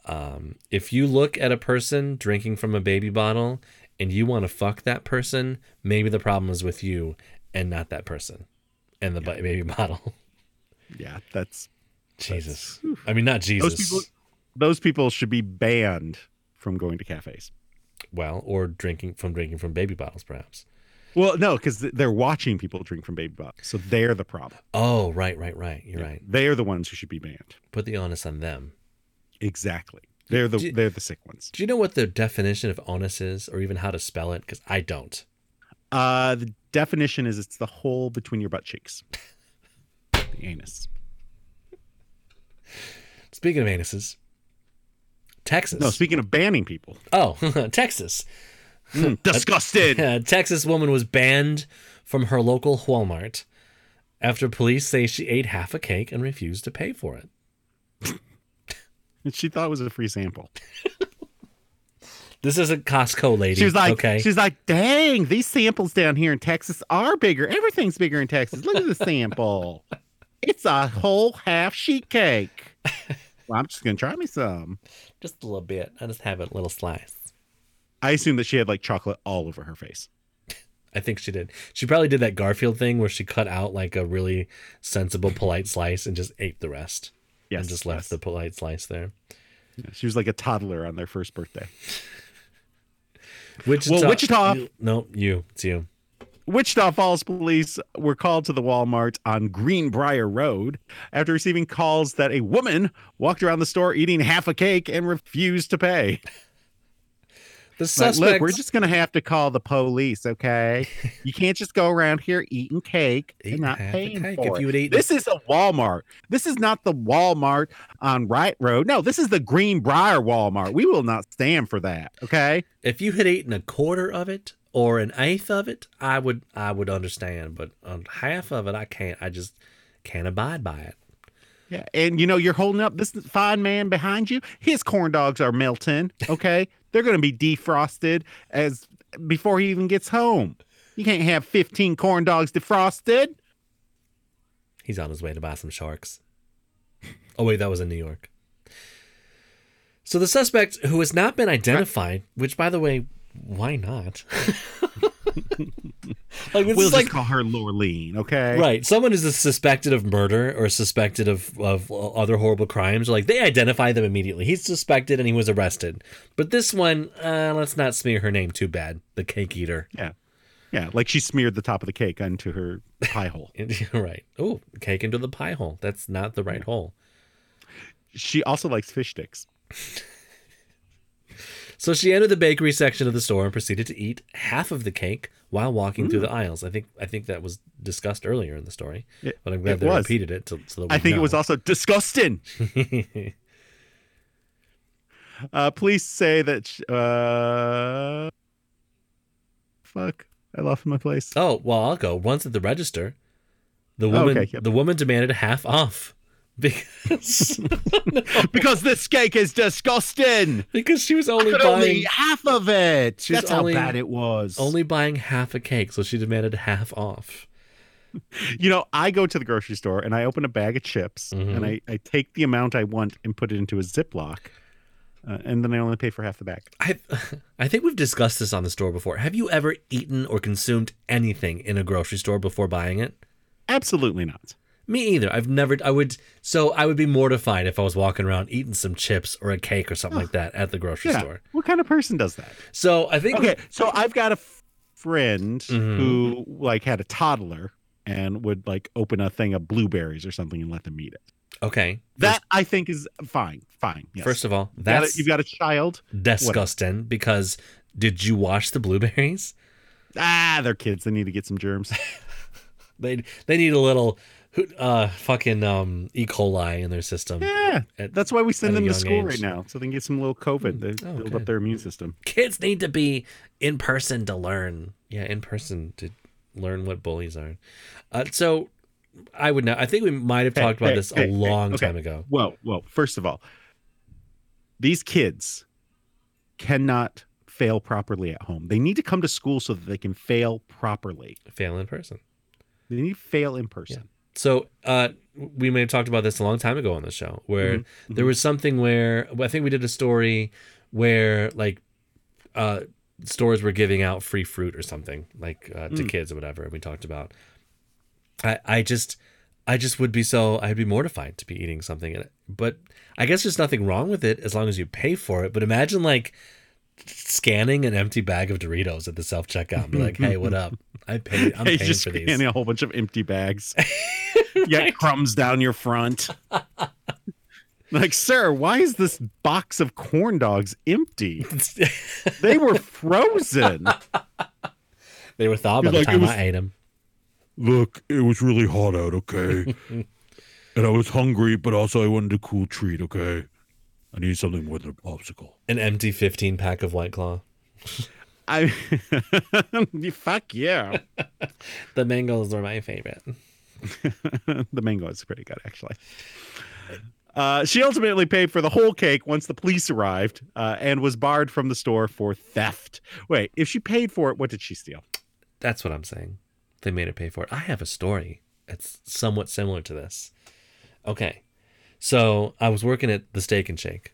Um, if you look at a person drinking from a baby bottle and you want to fuck that person, maybe the problem is with you and not that person and the ba- baby bottle. yeah, that's Jesus. I mean, not Jesus. those people those people should be banned from going to cafes. well, or drinking from drinking from baby bottles, perhaps. Well, no, because they're watching people drink from baby bottles, so they're the problem. Oh, right, right, right. You're right. They are the ones who should be banned. Put the onus on them. Exactly. They're the Do- they're the sick ones. Do you know what the definition of onus is, or even how to spell it? Because I don't. Uh, the definition is it's the hole between your butt cheeks, the anus. Speaking of anuses, Texas. No, speaking of banning people, oh, Texas. disgusted. A Texas woman was banned from her local Walmart after police say she ate half a cake and refused to pay for it. she thought it was a free sample. This isn't Costco, lady. She was like, okay. she's like, dang, these samples down here in Texas are bigger. Everything's bigger in Texas. Look at the sample. It's a whole half sheet cake. Well, I'm just gonna try me some. just a little bit. I just have a little slice. I assume that she had like chocolate all over her face. I think she did. She probably did that Garfield thing where she cut out like a really sensible, polite slice and just ate the rest. Yes, and just left the polite slice there. yes. She was like a toddler on their first birthday. Wichita, Wichita- you- no, you. It's you. Wichita Falls police were called to the Walmart on Greenbrier Road after receiving calls that a woman walked around the store eating half a cake and refused to pay. The Like, suspect. Look, we're just going to have to call the police, okay? you can't just go around here eating cake Eating and not half a paying cake. for If it. you had eaten- This is a Walmart. This is not the Walmart on Wright Road. No, this is the Greenbrier Walmart. We will not stand for that, okay? if you had eaten a quarter of it or an eighth of it, I would I would understand. But um, half of it, I can't. I just can't abide by it. Yeah, and you know you're holding up this fine man behind you. His corn dogs are melting. Okay, they're going to be defrosted as before he even gets home. You can't have 15 corn dogs defrosted. He's on his way to buy some sharks. Oh, wait, that was in New York. So the suspect, who has not been identified, which, by the way, why not? like, this we'll is just like. call her Lorleen. Okay, Right, someone is suspected of murder or suspected of, of other horrible crimes. Like they identify them immediately. He's suspected and he was arrested. But this one, uh, let's not smear her name too bad. The cake eater. Yeah, yeah. Like she smeared the top of the cake onto her pie hole. right. Oh, cake into the pie hole. That's not the right hole. She also likes fish sticks. So she entered the bakery section of the store and proceeded to eat half of the cake while walking through the aisles. I think I think that was discussed earlier in the story, It- but I'm glad it they was. repeated it. To, so that we I think it know. was also disgusting. uh, police say that. Sh- uh, fuck, I lost my place. Oh well, I'll go. Once at the register, the Oh, woman okay, yep. the woman demanded half off because Oh. because this cake is disgusting. because she was only Could buying only eat half of it. She's That's only- how bad it was. only buying half a cake, so she demanded half off. you know, I go to the grocery store and I open a bag of chips Mm-hmm. and I, I take the amount I want and put it into a Ziploc, uh, and then I only pay for half the bag. I I think we've discussed this on the store before. Have you ever eaten or consumed anything in a grocery store before buying it? Absolutely not. Me either. I've never. I would. So I would be mortified if I was walking around eating some chips or a cake or something like that at the grocery Yeah. store. What kind of person does that? So I think. Okay, so I've got a f- friend Mm-hmm. who like had a toddler and would like open a thing of blueberries or something and let them eat it. Okay. That I think is fine. Fine. Yes. First of all, You've got a- that's you've got a child. disgusting because did you wash the blueberries? Ah, they're kids. They need to get some germs. They they need a little uh fucking um E. coli in their system. Yeah, At- that's why we at send a them to young school age. right now, so they can get some little COVID. They Oh, build okay. up their immune system. Kids need to be in person to learn. Yeah, in person to learn what bullies are. Uh, so I would know. I think we might have talked about Hey, this hey, a hey, long okay. time ago. Whoa, whoa! First of all, these kids cannot fail properly at home. They need to come to school so that they can fail properly. Fail in person. They need to fail in person. So uh, we may have talked about this a long time ago on the show, where Mm-hmm. there was something where I think we did a story where like uh, stores were giving out free fruit or something like uh, Mm. to kids or whatever. And we talked about. I I just I just would be so I'd be mortified to be eating something, in it. but I guess there's nothing wrong with it as long as you pay for it. But imagine like scanning an empty bag of Doritos at the self checkout and be like, "Hey, what up? I paid. I'm Hey, paying just for these." scanning a whole bunch of empty bags. You got crumbs down your front. like, sir, why is this box of corn dogs empty? They were frozen. They were thawed by Like, the it time was- I ate them. Look, it was really hot out, okay? and I was hungry, but also I wanted a cool treat, okay? I need something more than a popsicle. An empty 15 pack of White Claw. I fuck yeah. The mangoes were my favorite. the mango is pretty good actually. Uh, she ultimately paid for the whole cake once the police arrived uh, and was barred from the store for theft. Wait, if she paid for it, what did she steal? That's what I'm saying. They made her pay for it. I have a story that's somewhat similar to this. Okay. So I was working at the Steak and Shake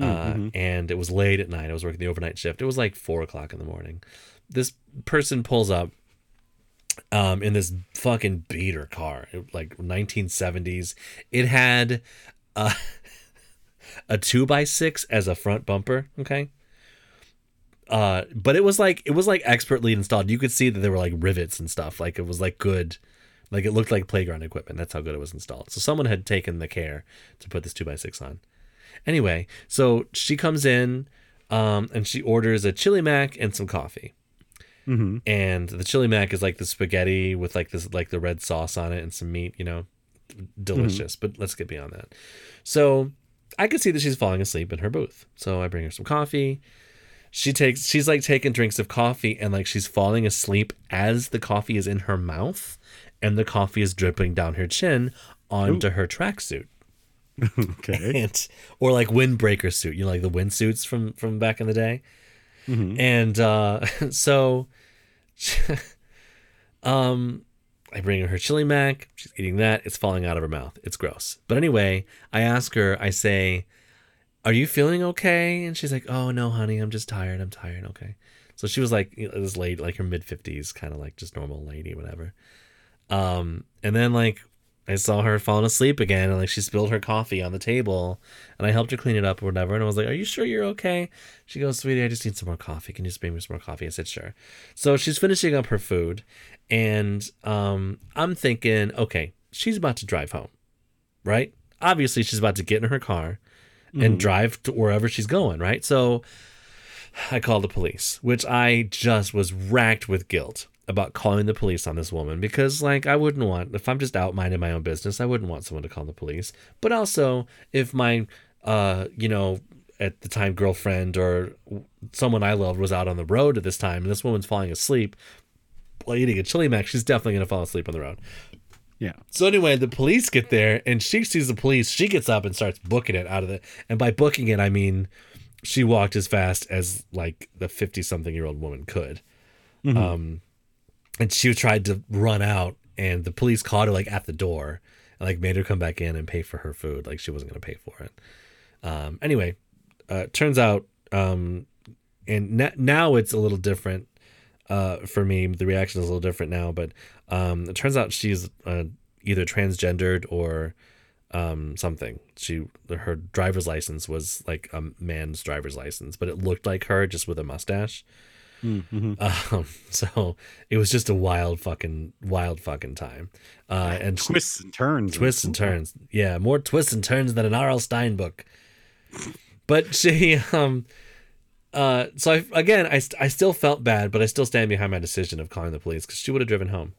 uh, and it was late at night. I was working the overnight shift. It was like four o'clock in the morning. This person pulls up um, in this fucking beater car, it- like 1970s. It had a, a two by six as a front bumper. Okay. Uh, but it was like it was like expertly installed. You could see that there were like rivets and stuff. Like it was like good, like it looked like playground equipment. That's how good it was installed. So someone had taken the care to put this two by six on. Anyway, so she comes in um, and she orders a chili mac and some coffee. And the chili mac is like the spaghetti with like this like the red sauce on it and some meat, you know, delicious. But let's get beyond that. So I could see that she's falling asleep in her booth. So I bring her some coffee. She takes she's like taking drinks of coffee and like she's falling asleep as the coffee is in her mouth and the coffee is dripping down her chin onto her tracksuit Okay. pant or like windbreaker suit you know like the wind suits from from back in the day and uh so um i bring her her chili mac she's eating that it's falling out of her mouth it's gross but anyway i ask her i say are you feeling okay and she's like oh no honey i'm just tired i'm tired okay so she was like you know, this lady like her mid 50s kind of like just normal lady whatever um, and then like I saw her falling asleep again, and like she spilled her coffee on the table, and I helped her clean it up or whatever. And I was like, "Are you sure you're okay?" She goes, "Sweetie, I just need some more coffee. Can you just bring me some more coffee?" I said, "Sure." So she's finishing up her food, and um, I'm thinking, okay, she's about to drive home, right? Obviously, she's about to get in her car and drive to wherever she's going, right? So I called the police, which I just was racked with guilt about calling the police on this woman because, like, I wouldn't want, if I'm just out minding my own business, I wouldn't want someone to call the police. But also, if my, uh, you know, at the time girlfriend or someone I loved was out on the road at this time and this woman's falling asleep while eating a chili mac, she's definitely going to fall asleep on the road. Yeah. So anyway, the police get there, and she sees the police. She gets up and starts booking it out of the. And by booking it, I mean she walked as fast as like the fifty-something-year-old woman could. Um, and she tried to run out, and the police caught her like at the door, and like made her come back in and pay for her food. Like she wasn't gonna pay for it. Um, anyway, uh, turns out, um, and na- now it's a little different uh, for me. The reaction is a little different now, but um, it turns out she's uh, either transgendered or um, something. She her driver's license was like a man's driver's license, but it looked like her just with a mustache. Um, so it was just a wild fucking wild fucking time. Uh, and Twists and turns. twists and turns. Yeah, more twists and turns than an R.L. Stein book. But she, um, uh, so I, again, I, st- I still felt bad, but I still stand behind my decision of calling the police because she would have driven home.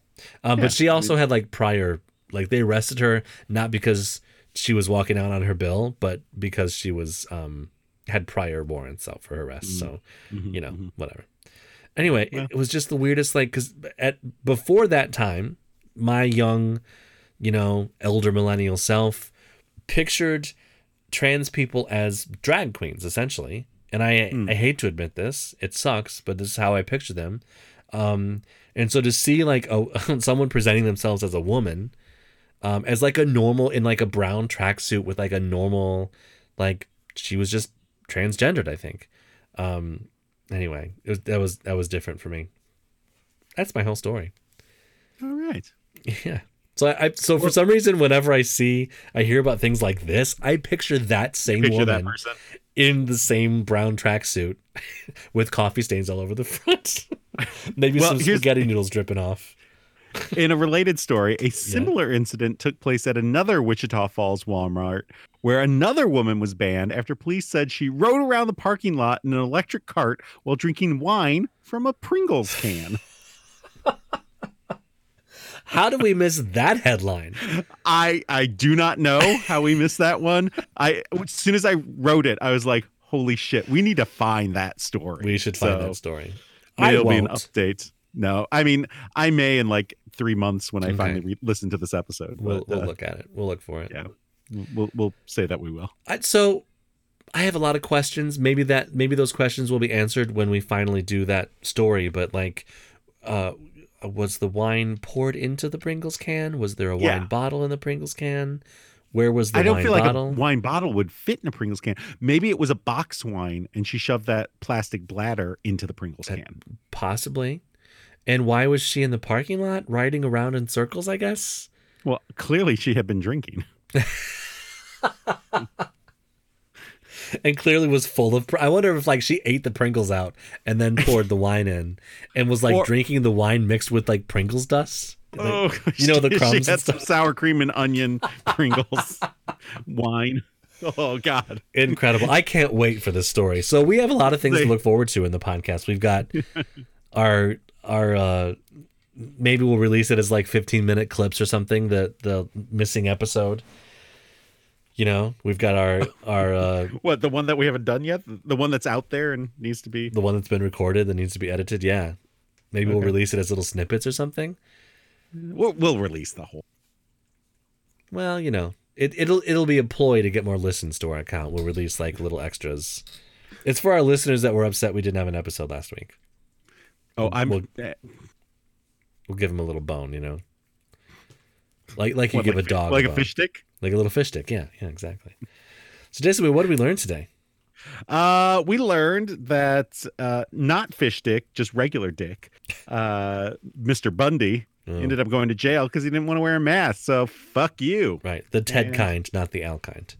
Um, but she also had like prior, like they arrested her not because she was walking out on her bill, but because she was, um, had prior warrants out for her arrest. So, you know, whatever anyway it- it was just the weirdest like because at before that time my young you know elder millennial self pictured trans people as drag queens essentially and i i hate to admit this it sucks but this is how i picture them um and so to see like a, someone presenting themselves as a woman um as like a normal in like a brown tracksuit with like a normal like she was just transgendered i think um anyway, it was, that was that was different for me. That's my whole story. All right. Yeah. So I, I so for some reason, whenever I see I hear about things like this, I picture that same Picture that woman person. in the same brown tracksuit with coffee stains all over the front, maybe Well, some here's- spaghetti noodles dripping off. In a related story, a similar incident took place at another Wichita Falls Walmart where another woman was banned after police said she rode around the parking lot in an electric cart while drinking wine from a Pringles can. How did we miss that headline? I I do not know how we missed that one. I as soon as I wrote it, I was like, "Holy shit, we need to find that story." We should find So, that story. maybe I it'll be an won't. update. No, I mean, I may in like three months when I Okay. finally re- listen to this episode. We'll, But, we'll uh, look at it. We'll look for it. yeah. we'll we'll say that we will. I, so I have a lot of questions. Maybe that maybe those questions will be answered when we finally do that story. But like, uh, was the wine poured into the Pringles can? Was there a Yeah. wine bottle in the Pringles can? Where was the I don't wine feel like bottle? a wine bottle would fit in a Pringles can. Maybe it was a box wine, and she shoved that plastic bladder into the Pringles That- can. Possibly. And why was she in the parking lot riding around in circles, I guess? Well, clearly she had been drinking. And clearly was full of. Pr- I wonder if like she ate the Pringles out and then poured the wine in, and was like Or- drinking the wine mixed with like Pringles dust. Like, you know the Oh, she- crumbs She and had stuff. some sour cream and onion Pringles wine. Oh God! Incredible. I can't wait for this story. So we have a lot of things to They- look forward to in the podcast. We've got our our uh maybe we'll release it as like 15 minute clips or something the the missing episode. You know, we've got our our uh What the one that we haven't done yet? The one that's out there and needs to be. the one that's been recorded that needs to be edited. Yeah. Maybe we'll release it as little snippets or something. We'll, we'll release the whole. Well, you know, it, it'll it'll be a ploy to get more listens to our account. We'll release like little extras. It's for our listeners that were upset we didn't have an episode last week. Oh, I'm. Well, eh, We'll give them a little bone, you know, like like you eh, what, give like a dog a like a bone. fish stick. like a little fish stick. Yeah, yeah, exactly. So, Jason, what did we learn today? Uh, we learned that uh, not fish dick, just regular dick. Uh, Mr. Bundy Oh, ended up going to jail because he didn't want to wear a mask. So fuck you. right, the Ted Yeah. kind, not the Al kind.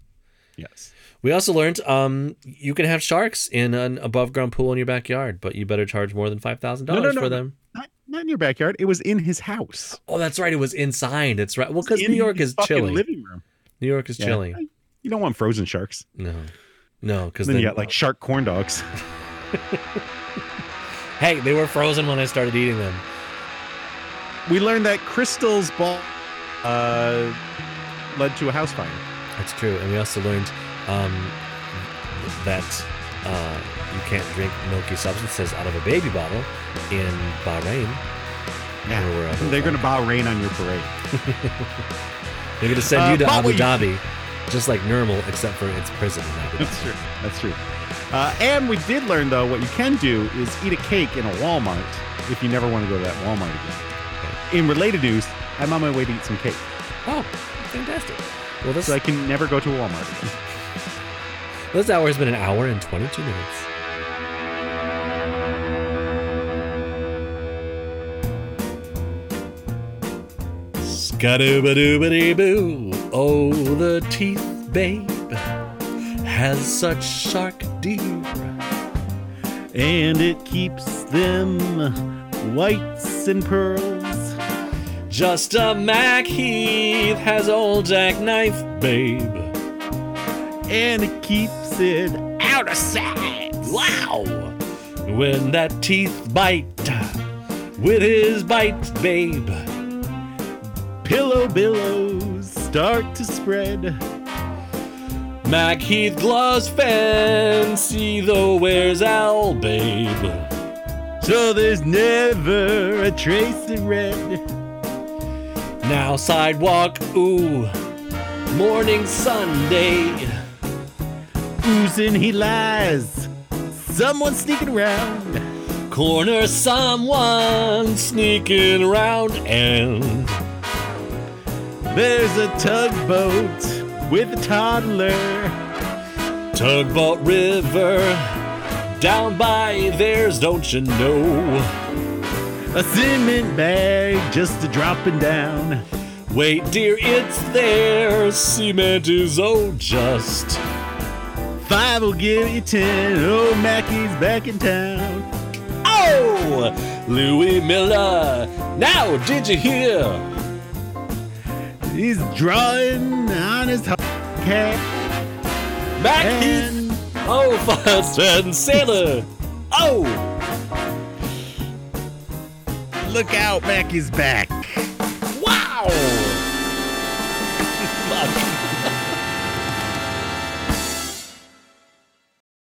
Yes. We also learned um, you can have sharks in an above ground pool in your backyard, but you better charge more than five thousand No, no, dollars no, for no. them. Not, not in your backyard. It was in his house. Oh, that's right. It was inside. That's right. Well, because In New York his is fucking chilly. Living room. New York is Yeah. chilly. You don't want frozen sharks. No, no, because And then you got like shark corn dogs. hey, they were frozen when I started eating them. we learned that Crystal's ball uh, led to a house fire. That's true. And we also learned um, that uh, you can't drink milky substances out of a baby bottle in Bahrain. Or wherever. They're going to bow rain on your parade. They're going to send you Uh, to but Abu we- Dhabu, just like Normal, except for it's prison. in Abu Dhabi. That's true. That's true. Uh, and we did learn, though, what you can do is eat a cake in a Walmart if you never want to go to that Walmart again. In related news, I'm on my way to eat some cake, Oh, fantastic. Well, this, so I can never go to a Walmart again. this hour has been an hour and 22 minutes. Scadooba dooba dee boo. Oh, the teeth, babe, has such shark deep. And it keeps them whites and pearls. Just a Mac Heath has old jackknife, babe. And it keeps it out of sight. Wow! When that teeth bite with his bite, babe. Pillow billows start to spread. Mac Heath gloves fancy, though where's Al, babe? So there's never a trace of red. Now sidewalk, ooh, morning Sunday. Oozing he lies. Someone sneaking around. Corner someone sneaking around and There's a tugboat with a toddler. tugboat river down by theirs, don't you know? A cement bag just a dropping down. Wait, dear, it's there. Cement is oh just. Five will give you ten. Oh, Mackey's back in town. Oh, Louis Miller. Now, did you hear? He's drawing on his hard hat. Mac Heath. And Oh, fast and sailor. Oh, look out, Mackey's back.